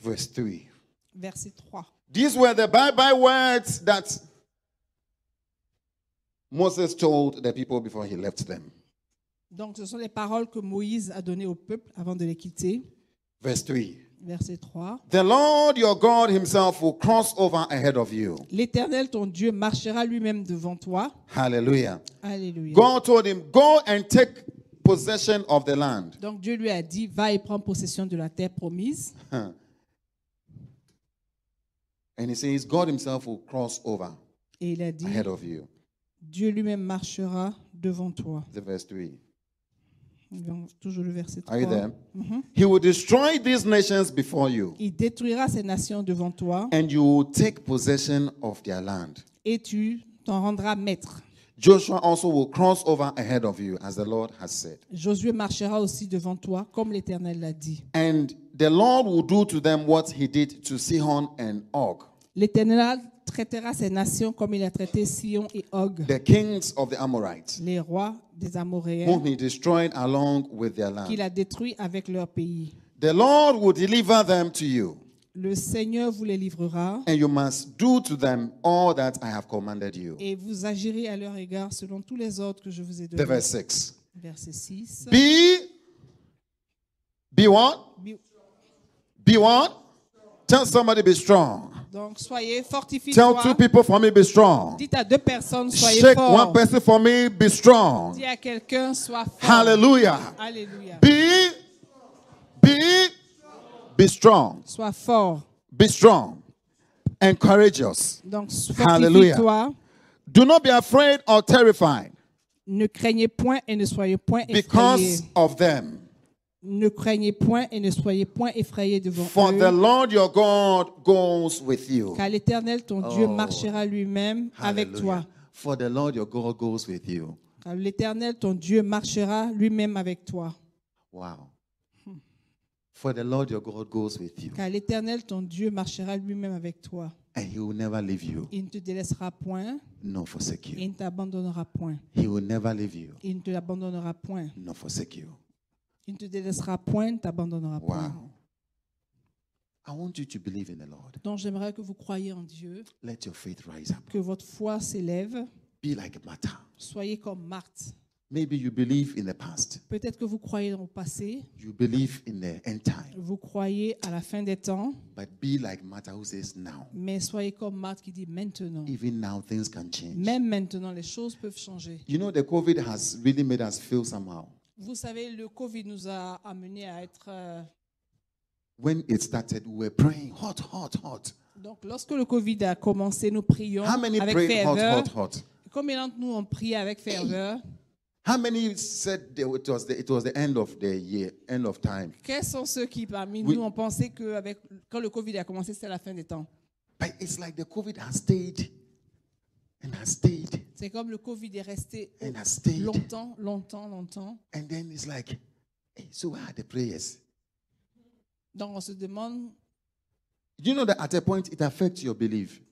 verse 3. verset 3. These were the bye bye words that Moses told the people before he left them. Donc, ce sont les paroles que Moïse a données au peuple avant de les quitter. Verse 3. Verset 3. The Lord your God himself will cross over ahead of you. L'Éternel, ton Dieu, marchera lui-même devant toi. Hallelujah. Alléluia. God told him, Go and take possession of the land. Donc, Dieu lui a dit, va et prends possession de la terre promise. Huh. And he says, God himself will cross over Et il a dit, ahead of you. Dieu lui-même marchera devant toi. The verse 3. Donc, toujours le verset Are 3. you there? He will destroy these nations before you, Il détruira ces nations devant toi and you will take possession of their land. et tu t'en rendras maître. Joshua also will cross over ahead of you, as the Lord has said. Josué marchera aussi devant toi, comme l'Éternel l'a dit. And the Lord will do to them what he did to Sihon and Og, L'Éternel traitera ces nations comme il a traité Sion et Og. the kings of the Amorites, les rois des Amoréens whom he destroyed along with their qu'il land. a détruits avec leur pays. The Lord will deliver them to you, Le Seigneur vous les livrera and you must do to them all that I have commanded you. et vous agirez à leur égard selon tous les ordres que je vous ai The donnés. verse 6. verset 6. Be, be what? Bi- Be what? Tell somebody be strong. Donc, soyez Tell two fortifiés. people for me be strong. Dites à deux personnes, soyez Shake one forts. person for me be strong. Dis à quelqu'un, sois fort. Hallelujah. Alléluia. Be, be, be strong. Sois fort. Be strong and courageous. Donc, Hallelujah. fortifie-toi. Do not be afraid or terrified Ne craignez point et ne soyez point effrayés. because of them. Ne craignez point et ne soyez point effrayés devant For eux. the Lord your God goes with you. Car l'Éternel, ton Dieu, Oh. marchera lui-même avec Hallelujah. toi. For the Lord your God goes with you. Car l'Éternel, ton Dieu, marchera lui-même avec toi. Wow. For the Lord your God goes with you. Car l'Éternel, ton Dieu, marchera lui-même avec toi. And he will never leave you, Il ne te délaissera point, nor forsake you. il ne t'abandonnera point. He will never leave you, Il ne te l'abandonnera point. nor forsake you. Il ne te délaissera point, il ne t'abandonnera point. Wow. I want you to believe in the Lord. Donc j'aimerais que vous croyiez en Dieu, Let your faith rise up. que votre foi s'élève. Be like Martha. Soyez comme Marthe. Maybe you believe in the past. Peut-être que vous croyez dans le passé, You believe in the end time. vous croyez à la fin des temps, But be like Martha who says now. mais soyez comme Marthe qui dit maintenant. Even now things can change. Même maintenant, les choses peuvent changer. You know the COVID has really made us feel somehow. Vous savez, le Covid nous a amenés à être... euh, When it started, we were praying hot, hot, hot. donc lorsque le Covid a commencé, nous prions How many avec prayed hot, ferveur. hot, hot? Combien d'entre nous ont prié avec ferveur How many said they- it was the, it was the end of the year, end of time? Quels sont ceux qui parmi Oui. nous ont pensé que avec, quand le Covid a commencé, c'était la fin des temps But it's like the COVID has stayed and has stayed C'est comme le Covid est resté and has stayed. longtemps, longtemps, longtemps. And then it's like, hey, so where are the prayers? Donc on se demande, You know that at a point it affects your belief.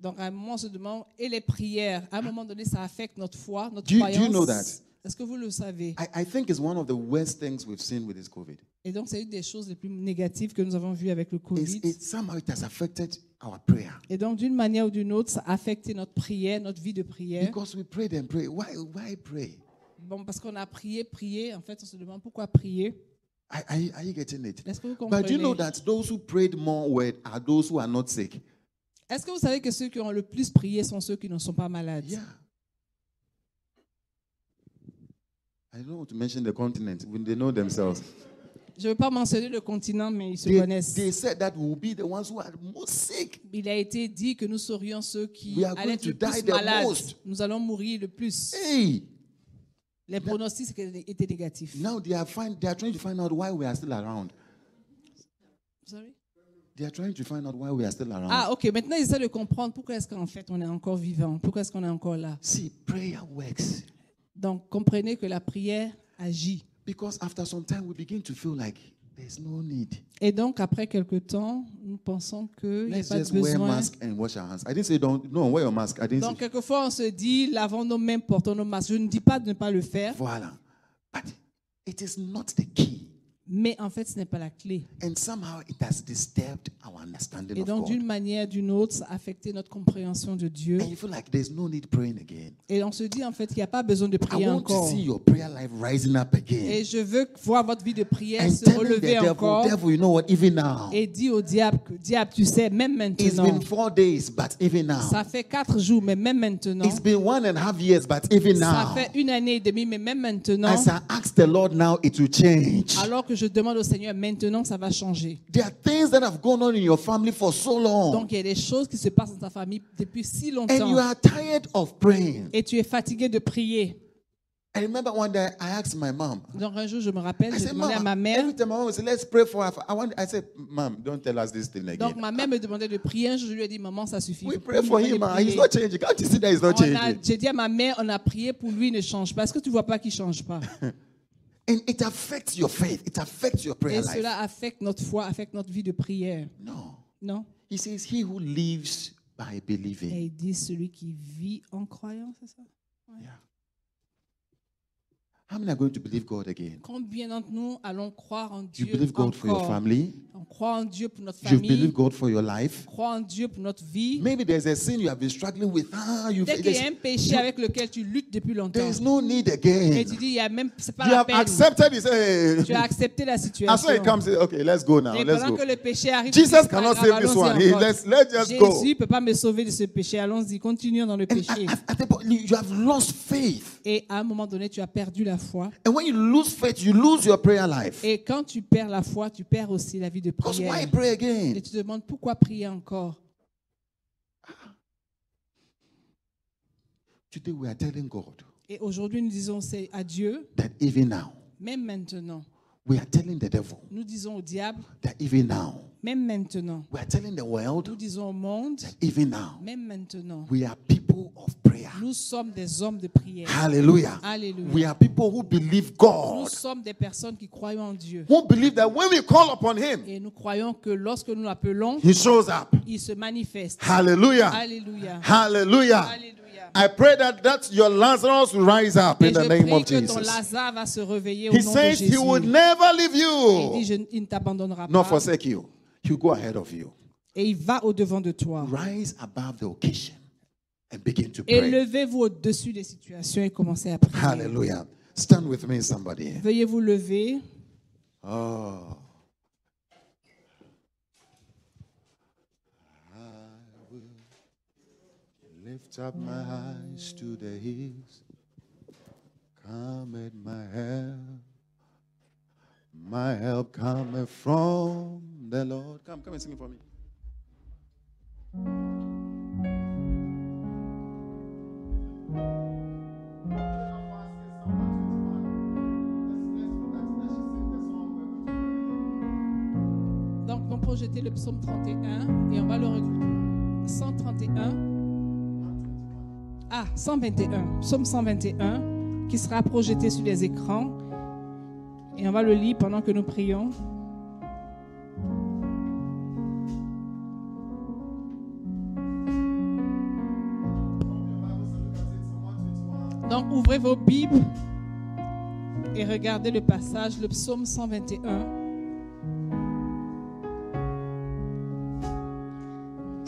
donc à un moment on se demande, et les prières, à un moment donné, ça affecte notre foi, notre Do you- do you croyance. know that? Est-ce que vous le savez I, I think it's one of the worst things we've seen with this COVID. Et donc c'est une des choses les plus négatives que nous avons vues avec le It's, Covid. it, somehow it has affected our prayer. Et donc d'une manière ou d'une autre, ça a affecté notre prière, notre vie de prière. Because we prayed and prayed. Why, why pray? Bon, parce qu'on a prié, prié, en fait on se demande pourquoi prier. Are, are, you- are you getting it? Est-ce que vous comprenez But you know that those who prayed more were, are those who are not sick. Est-ce que vous savez que ceux qui ont le plus prié sont ceux qui ne sont pas malades Yeah. I don't want to mention the continent when they know themselves. Je ne veux pas mentionner le continent, mais ils se They, connaissent. they said that we will be the ones who are most sick. Il a été dit que nous serions ceux qui We are going allaient être le to die plus the malades. most. Nous allons mourir le plus. Hey, Les pronostics étaient négatifs. now they are find, they are trying to find out why we are still around. Sorry? They are trying to find out why we are still around. Ah, ok. Maintenant, ils essaient de comprendre pourquoi est-ce qu'en fait on est encore vivant, pourquoi est-ce qu'on est encore là. See, prayer works Donc, comprenez que la prière agit. because after some time we begin to feel like there's no need. Et donc, après quelque temps, nous pensons qu'il n'y a Let's pas de just wear besoin. mask and wash our hands. I didn't say don't. No, wear your mask. I didn't Donc, say. quelquefois, on se dit, lavons nos mains, portons nos masques. Je ne dis pas de ne pas le faire, Voila. But it is not the key. mais en fait, ce n'est pas la clé. And somehow it has disturbed our understanding Et of donc, God. d'une manière, d'une autre, ça a affecté notre compréhension de Dieu. And you feel like there's no need praying again. Et on se dit, en fait, qu'il n'y a pas besoin de I prier want to encore. see your prayer life rising up again. Et je veux voir votre vie de prière And se telling the relever devil, encore. devil, you know what? Even now, Et dis au diable, que, diable, tu sais, même it's maintenant, been four days, but even now, ça fait quatre jours, mais même maintenant, it's been one and a half years, but even ça now, fait une année et demie, mais même maintenant, as I ask the Lord now, it will change. alors que je demande au Seigneur, maintenant, ça va changer. There are things that have gone on in your family for so long. Donc, il y a des choses qui se passent dans ta famille depuis si Oh. and you longtemps. are tired of praying. Et tu es fatigué de prier. I remember one day I asked my mom. Donc, un jour, je me rappelle, I j'ai said, demandé à Mom, ma mère. every time my mom would say, let's pray for her. I, want, I said, Mom, don't tell us this thing Donc, again. ma mère me demandait de prier. Un jour, je lui ai dit, maman, ça suffit. We Vous pray for pouvez him. ah, prier. He's not changing. Can't you see that he's not On a- changing? J'ai dit à ma mère, on a prié pour lui, il ne change pas. Est-ce que tu vois pas qu'il change pas And it affects your faith. It affects your prayer Et life. cela affecte notre foi, affecte notre vie de prière. No. Non He says, He who lives by believing. Et il dit celui qui vit en croyant, c'est ça Yeah. How many are going to believe God again? Combien d'entre nous allons croire en You Dieu believe God for your encore? family. On croit en Dieu pour notre You famille, believe God for your life. on croit en Dieu pour notre vie. Maybe there's a sin you have been struggling with. Ah, you've Peut-être qu'il y a un there's, péché avec lequel tu luttes depuis longtemps. there's no need Et again. tu dis, il y a même, c'est pas You la have peine. accepted it. Hey. Tu as accepté la situation. As soon as it comes, okay, let's go now. Et Let's pendant go. que le péché arrive, Jesus tu dis, c'est pas cannot grave, save this allons-y one. He- encore. let's- let's just go. Jésus ne peut pas me sauver de ce péché. Allons-y, continuons dans le And péché. at- at the point, you you have lost faith. Et à un moment donné, tu as perdu la foi. And when you lose faith, you lose your prayer life. Et quand tu perds la foi, tu perds aussi la vie de Because why prière. pray Et again? tu te demandes pourquoi prier encore. Today we are telling God Et aujourd'hui, nous disons c'est à Dieu, that even now, même maintenant. we are telling the devil Nous disons au diable, that even now, même maintenant. we are telling the Nous world disons au monde, even now, même maintenant. we are people of prayer. Nous sommes des hommes de prière. Hallelujah. Hallelujah. We are people who believe Nous God, sommes des personnes qui croyons en Dieu. who believe that when we call upon Him, Et nous croyons que lorsque nous l'appelons, He shows up. il se manifeste. Hallelujah. Alléluia. Hallelujah. Alléluia. I pray that, that your Lazarus will rise up Et in je the name prie of que ton Jesus. Lazare va se réveiller au He nom de says Jésus. He would never leave Il dit, you, je, n- il ne t'abandonnera nor pas. forsake you. He'll go ahead of you. Et il va au-devant de toi. Rise above the occasion and begin to pray. Élevez-vous au-dessus des situations et commencez à prier. Hallelujah. Stand with me, somebody. Veuillez vous lever. Oh. I will lift up my eyes to the hills. Come at my help. My help cometh from the Lord. Come, come and sing it for me. Donc, on peut jeter le psaume 31 et on va le regarder. 131. Ah, 121. Psaume 121 qui sera projeté sur les écrans. Et on va le lire pendant que nous prions. Donc, ouvrez vos Bibles et regardez le passage, le psaume 121.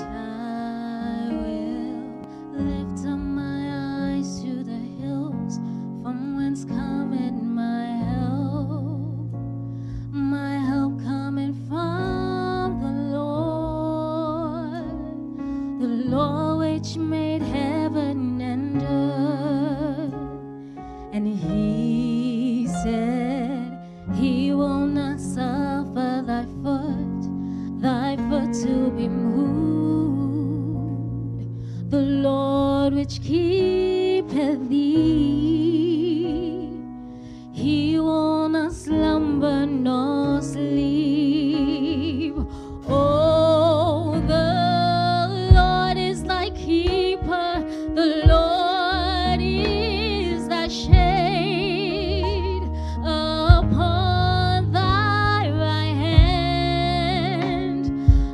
I will lift up my eyes to the hills, from whence cometh my help. My help cometh from the Lord, the Lord which made heaven and earth. And He said, He will not suffer thy foot, thy foot to be moved. The Lord which keepeth thee. He will not slumber nor sleep. Oh, the Lord is thy keeper, the Lord is thy shade upon thy right hand,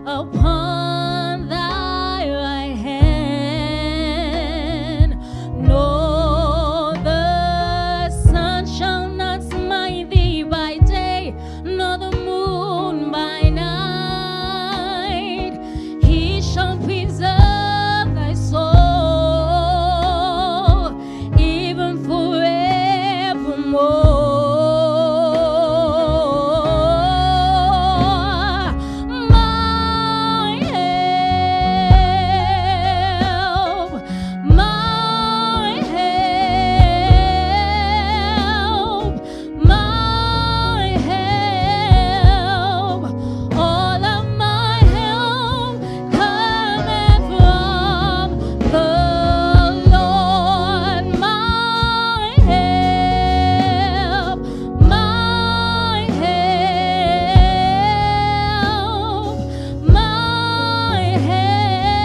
upon thy right hand. No, the sun shall not smite thee by day, nor the moon by night. He shall preserve thy soul, even forevermore. My help, my help, my help, all of my help cometh from the Lord. My help, my help, my help, all of my help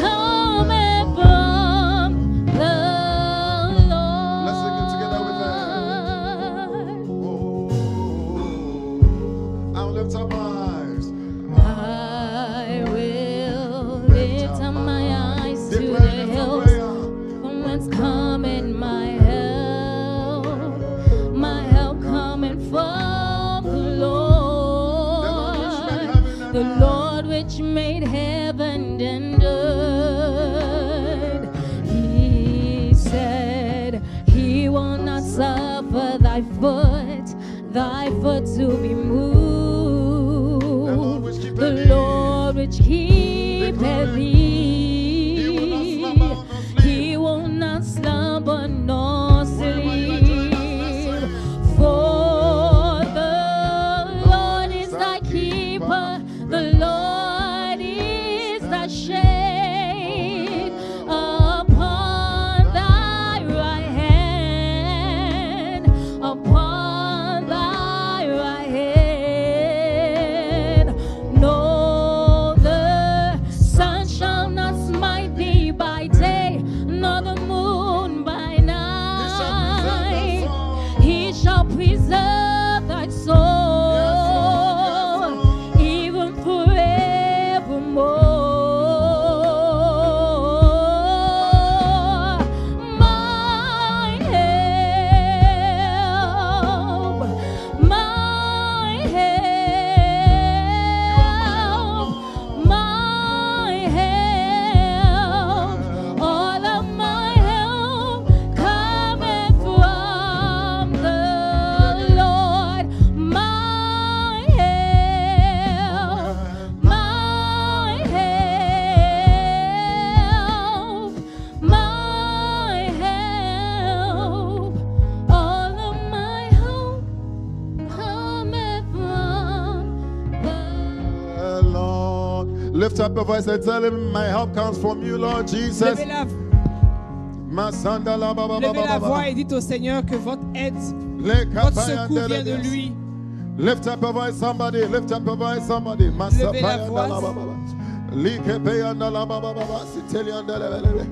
cometh from the Lord. Let's sing it together with Oh, I'll lift up my eyes. I will lift up my eyes to the Declare it in hills prayer. from the Lord which made heaven and earth. He said, He will not suffer thy foot, thy foot to be The Lord which keepeth thee. moved. The Lord which keepeth Declare. thee. He will not slumber nor sleep. He will not slumber nor sleep. For the Lord is thy keeper, the Lord is thy shade upon thy right hand, upon thy right hand. No, the sun shall not smite thee by day, nor the moon by night. He shall preserve thy soul, even forevermore. My help, my help, my help, all of my help cometh from the Lord. My help, my help, my help, all of my help cometh from the The Lord. Lift up your voice and tell him, My help comes from you, Lord Jesus. Levez la, Masanda la ba ba ba levez ba la ba voix ba. et dites au Seigneur que votre aide, Le votre kapaya secours vient de ndele des. lui. Lift up your voice, somebody. Lift up your voice, somebody. Masa Levez la paya voix. ndala ba ba ba. Like peya ndala ba ba ba ba. Siteli andele bele be.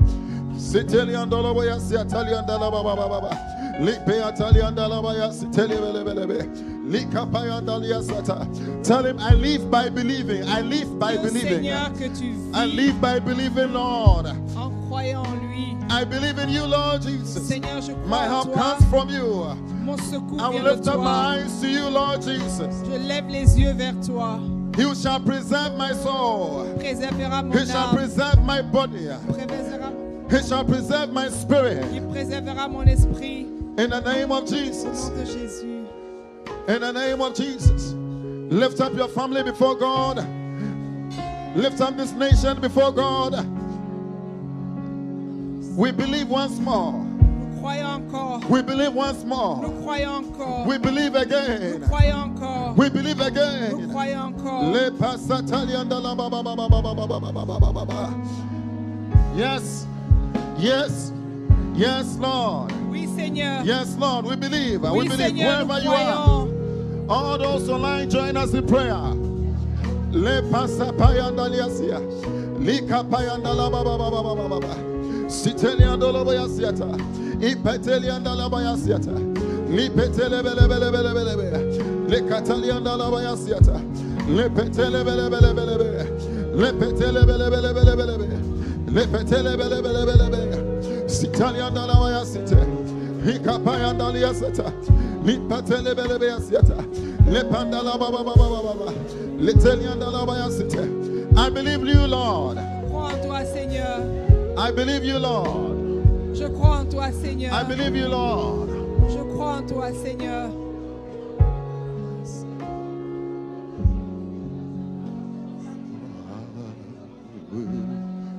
Siteli andolo bo ya si atali andala ba ba ba ba ba. Like peya atali andala ba ya siteli bele bele be. Like kapaya ndali ya sata. Tell him, I live by believing. I live by Dis au believing. Seigneur que tu I vis live by believing, Lord. en croyant en lui. I believe in you, Lord Jesus. Seigneur, je crois My en help toi. comes from you. Mon secours I will vient de lift up toi. my eyes to you, Lord Jesus. Je lève les yeux vers toi. You shall preserve my soul. Préservera mon He shall âme. preserve my body. Préservera, He shall preserve my spirit. il préservera mon esprit. In the name of Au Jesus. nom de Jésus. In the name of Jesus. Lift up your family before God. Lift up this nation before God. We believe once more. Nous croyons encore. We believe once Nous more. croyons encore. We believe Nous again. croyons encore. We believe Nous again. croyons encore. Le pasatali andala ba ba ba ba ba ba ba ba ba ba ba ba ba. Yes, yes, yes, Lord. Oui, Seigneur. Yes, Lord, we believe. We Oui, believe Seigneur, nous wherever you are. croyons. All those online, join us in prayer. Le pasapaya andaliasia. Lika paya andala ba ba ba ba ba ba ba ba. Siteli andolo ba yasiata. Ipeteli andala ba yasiata. Lipetele bele bele bele bele bele. Lekatali andala ba yasiata. Lepetele bele bele bele bele. Lepetele bele bele bele bele bele. Lepetele bele bele bele bele. Siteli andala ba yasite. Hikapaya andaliasata. Lipetele bele bele yasiata. Lepandala ba ba ba ba ba ba ba. Little yonder love I sit. I believe you, Lord. Je crois en toi, Seigneur. I believe you, Lord. Je crois en toi, Seigneur. I believe you, Lord. Je crois en toi, Seigneur.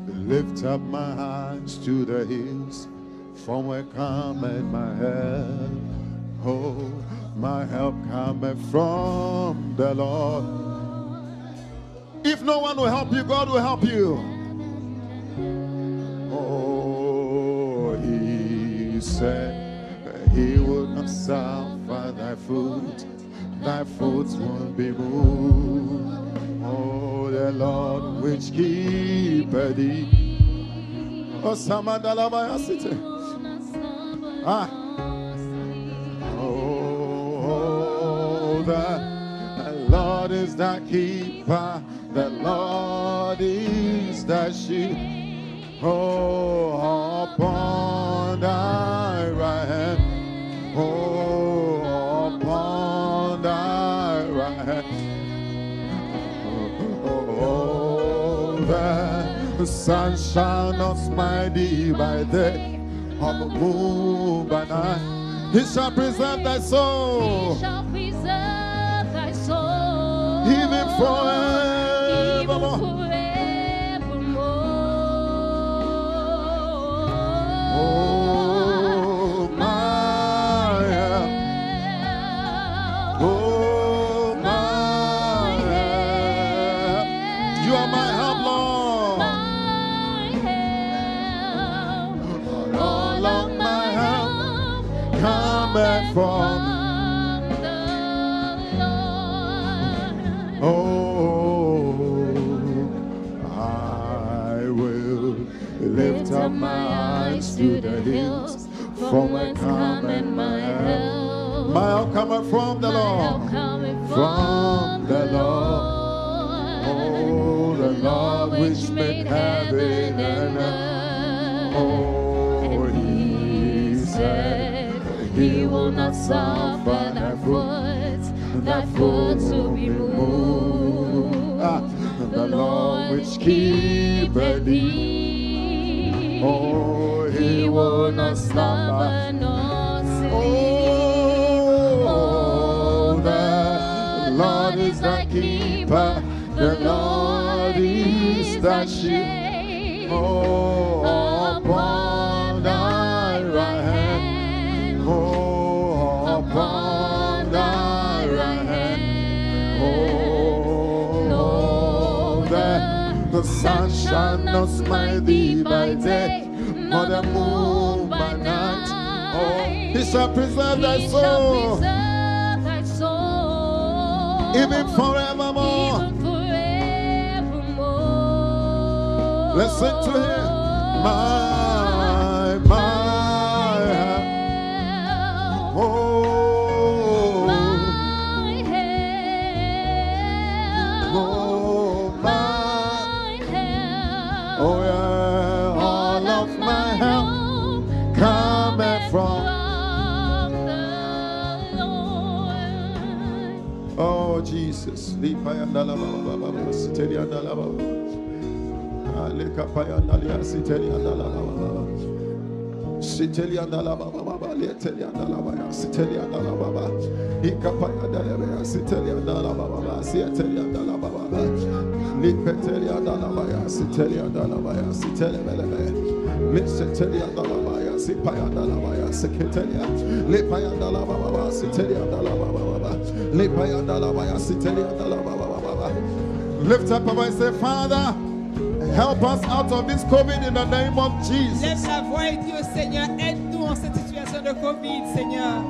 Lift up my hands to the hills, from where cometh my help. Oh, my help cometh from the Lord. If no one will help you, God will help you. Oh, he said he would not suffer thy foot, thy foot won't be moved. Oh, the Lord which keepeth thee. Oh, Samandalabaya city. will not slumber Ah. nor sleep. Oh, the Lord is thy keeper, the Lord is thy sheep. Oh, upon thy right hand, oh, upon thy right hand. Oh, forever. The sun shall not smite thee by day, or the moon by night. He shall preserve thy soul, shall preserve thy soul. even Even forevermore. forevermore. Oh, my help. Oh, my help. You are my help, Lord. All of my help cometh from. Oh, I will lift up my eyes to the hills, from whence cometh my help. My help cometh from the Lord. From the Lord, Oh, the Lord which made heaven and earth. earth. Oh, He said, He will not suffer thy foot, thy foot to be moved. Ah, The Lord which keepeth thee, Oh, He will not suffer nor Oh, the Lord is thy keeper. The Lord is thy shield. shade. Oh, Upon upon thy right hand. hand, Oh, upon thy right hand, Oh, that the sun shall not smite thee by day, nor the moon by night. Oh, he shall preserve thy He shall soul, preserve thy soul, even forevermore. even forevermore. Listen to him. My, my help. help, Oh, my help, oh, my, my help. oh, yeah, all of my help. cometh from. the Lord. Oh, Jesus. Oh, Lipayandalababa, siteriandalababa. Alekapayandalia, siteriandalababa. Siteliandalababa, lieteliandalabaya, siteliandalababa. Ikapayandalabaya, siteliandalababa, sieteliandalababa. Lipeteliandalabaya, siteliandalabaya, sitelebelebe. Liseteliandalabaya, sipayandalabaya, seketelia. Lipayandalababa, siteliandalababa. Lipayandalabaya, siteliandalababa. Lift up our voice and say, Father, help us out of this COVID in the name of Jesus. Lève la voix et dis au Seigneur, aide-nous en cette situation de Covid, Seigneur.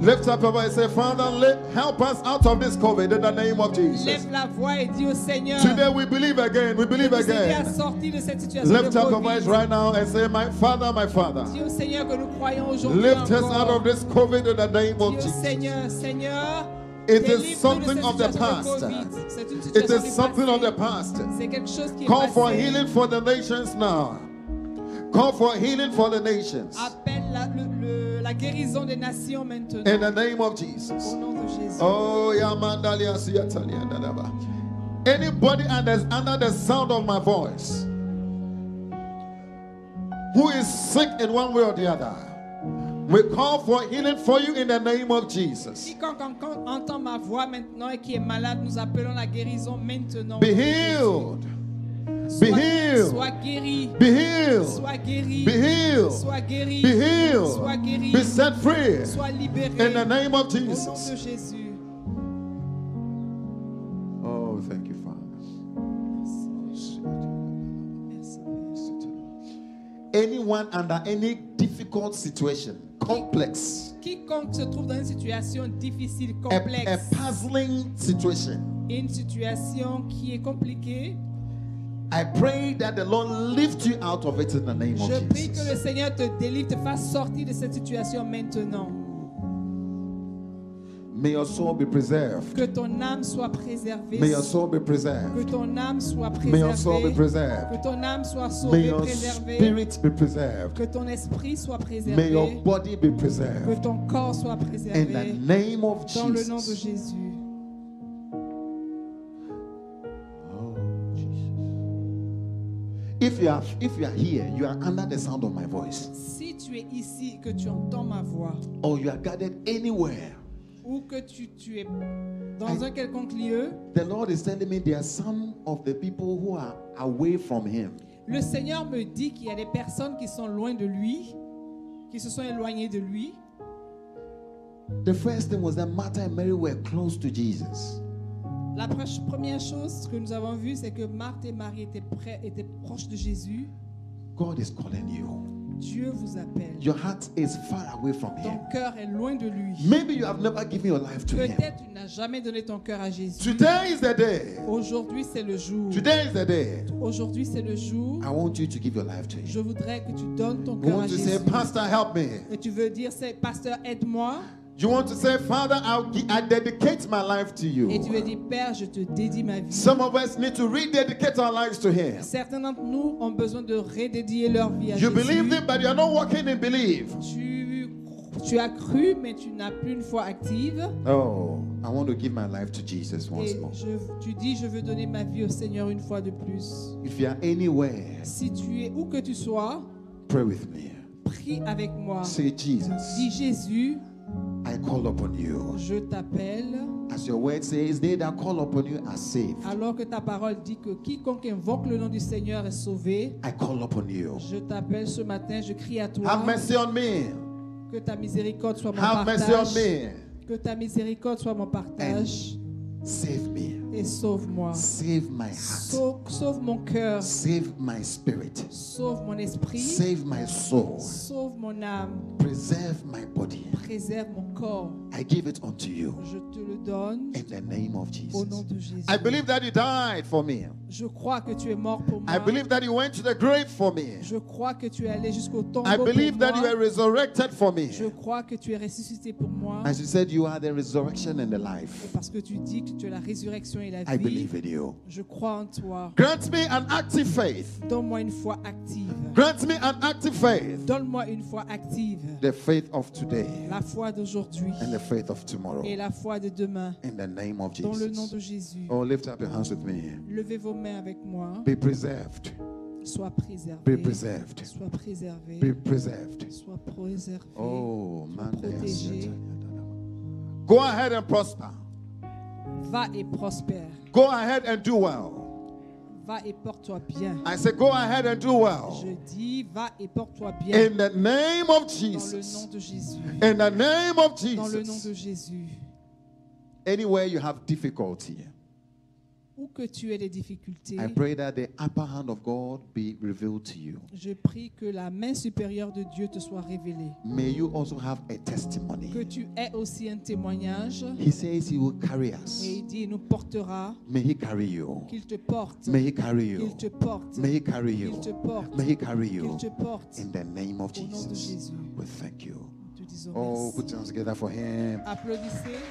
Lift up your voice and say, Father, let, help us out of this COVID in the name of Jesus. Lève la voix et dis au Seigneur, Today we believe again, we believe nous aider à again. sortir de cette situation Lift de up your voice Covid. right now and say, My Father, my Father, Dis au Seigneur que nous croyons aujourd'hui lift us encore. out of this COVID in the name of Dis au Jesus. Seigneur, Seigneur, It délivre-nous is something de of the cette situation past. de Covid. C'est une It situation du is something of passé. the past. C'est quelque chose qui est Call for passé. healing for the nations now. Call for healing for the nations Appelle la, le- le- la guérison des nations maintenant. in the name of Jesus. Au nom de Jésus. Oh, yeah, Mandalia, Sia, Talia, Dadaba. Anybody under, under the sound of my voice who is sick in one way or the other, we call for healing for you in the name of Jesus. Quiconque en- entend ma voix maintenant et qui est malade, nous appelons la guérison maintenant. Be healed. Be Sois- healed. Sois guéri. Be healed. Sois guéri. Be healed. Sois guéri. Be healed. Sois guéri. Be set free Sois libéré. in the name of Au nom de Jesus. Jésus. Oh, thank you, Father. Merci, Père. Anyone under any difficult situation, complex, Quiconque se trouve dans une situation difficile, a, complexe, a puzzling situation, une situation qui est compliquée, I pray that the Lord lift you out of it in the name je of prie que le Jesus. Seigneur te délivre, te fasse sortir de cette situation maintenant. May your soul be preserved. Que ton âme soit préservée. May your Que soul be preserved. ton âme soit May your soul be préservée. preserved. Que ton âme soit May sauvée, your préservée. spirit be preserved. Que ton esprit soit May your préservé. body be Que preserved. ton corps soit In the préservé. name of Dans le nom de Jesus. Jésus. Oh, If you are if you are here, you are under the sound of my voice, Si tu es ici, que tu entends ma voix, or you are gathered anywhere. ou que tu, tu es dans un quelconque lieu, The Lord is telling me there are some of the people who are away from Him. le Seigneur me dit qu'il y a des personnes qui sont loin de lui, qui se sont éloignées de lui. The first thing was that Martha and Mary were close to Jesus. La pre- première chose que nous avons vue, c'est que Marthe et Marie étaient, près, étaient proches de Jésus. God is calling you. Dieu vous appelle. Your heart is far away from Him. Ton cœur est loin de lui. Maybe you have never given your life to Him. Peut-être tu n'as jamais donné ton cœur à Jésus. Today is the day. Aujourd'hui, c'est le jour. Today is the day. Aujourd'hui, c'est le jour. I want you to give your life to Him. Je voudrais que Ah. tu donnes ton You cœur à want to Jésus. say, Pastor, help me. Et tu veux dire, c'est pasteur, aide-moi. You want to say, Father, I'll gi- I dedicate my life to Et tu veux you. dire, Père, je te dédie ma vie. Some of us need to rededicate our lives to Him. Certains d'entre nous ont besoin de redédier leur vie à You Jésus. believe it, but you are not walking in belief. Tu, tu as cru, mais tu n'as plus une foi active. Oh, I want to give my life to Jesus once Et more. je- tu dis, je veux donner ma vie au Seigneur une fois de plus. If you are anywhere, Si tu es où que tu sois, pray with me. prie avec moi. Say, Jesus, Dis Jésus, I call upon you. je t'appelle, As your word says, they that call upon you are saved. alors que ta parole dit que quiconque invoque le nom du Seigneur est sauvé. I call upon you. Je t'appelle ce matin, je crie à toi. Have mercy on me. Que ta miséricorde soit mon Have mercy on partage. me. Que ta miséricorde soit mon partage. Save me. Et sauve-moi. Save my heart. Sauve, sauve mon cœur. Save my spirit. Sauve mon esprit. Save my soul. Sauve mon âme. Preserve my body. Préserve mon corps. I give it unto you Je te le donne in the name of au nom Jesus. de Jésus. I believe that you died for me. Je crois que tu es mort pour moi. I believe that you went to the grave for me. Je crois que tu es allé jusqu'au tombeau I pour believe that you moi. were resurrected for me. Je crois que tu es ressuscité pour moi. As you said, you are the resurrection and the Et life. parce que tu dis que tu es la résurrection et la I vie, believe in you. je crois en toi. Grant me an active faith. Donne-moi une foi active. Grant me an active faith. Donne-moi une foi active. The faith of today La foi d'aujourd'hui and the faith of tomorrow. et la foi de demain. In the name of Dans le nom Jesus. de Jésus. Oh, lift up your hands with me. Levez vos mains avec moi. Be preserved. Sois Be préservé. preserved. Sois préservé. Be preserved. Sois préservé. Oh, man. they are protégé. certain. Go ahead and prosper. Va et prospère. Go ahead and do well. Va et porte-toi bien. I say, go ahead and do Je well. dis, va et porte-toi bien. In the name of Dans le nom Jesus. de Jésus. In the name of Dans le nom de Jesus. Jésus. Anywhere you have difficulty, Où que tu aies des difficultés, I pray that the upper hand of God be revealed to you. je prie que la main supérieure de Dieu te soit révélée. May you also have a Que testimony. tu aies aussi un témoignage. He says he will carry Et us. il dit, il nous portera. May he carry you. Qu'il te porte. May he carry Qu'il you. te porte. May he carry Qu'il you. te porte. May he carry Qu'il you. te porte. In the name of Au nom de Jesus. Jésus. We thank you. Nous te disons Oh, put merci. your hands together for him. Applaudissez.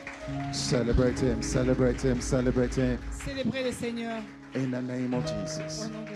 Celebrate him, celebrate him, celebrate him. Célébrez le Seigneur In the name of au Jesus. nom de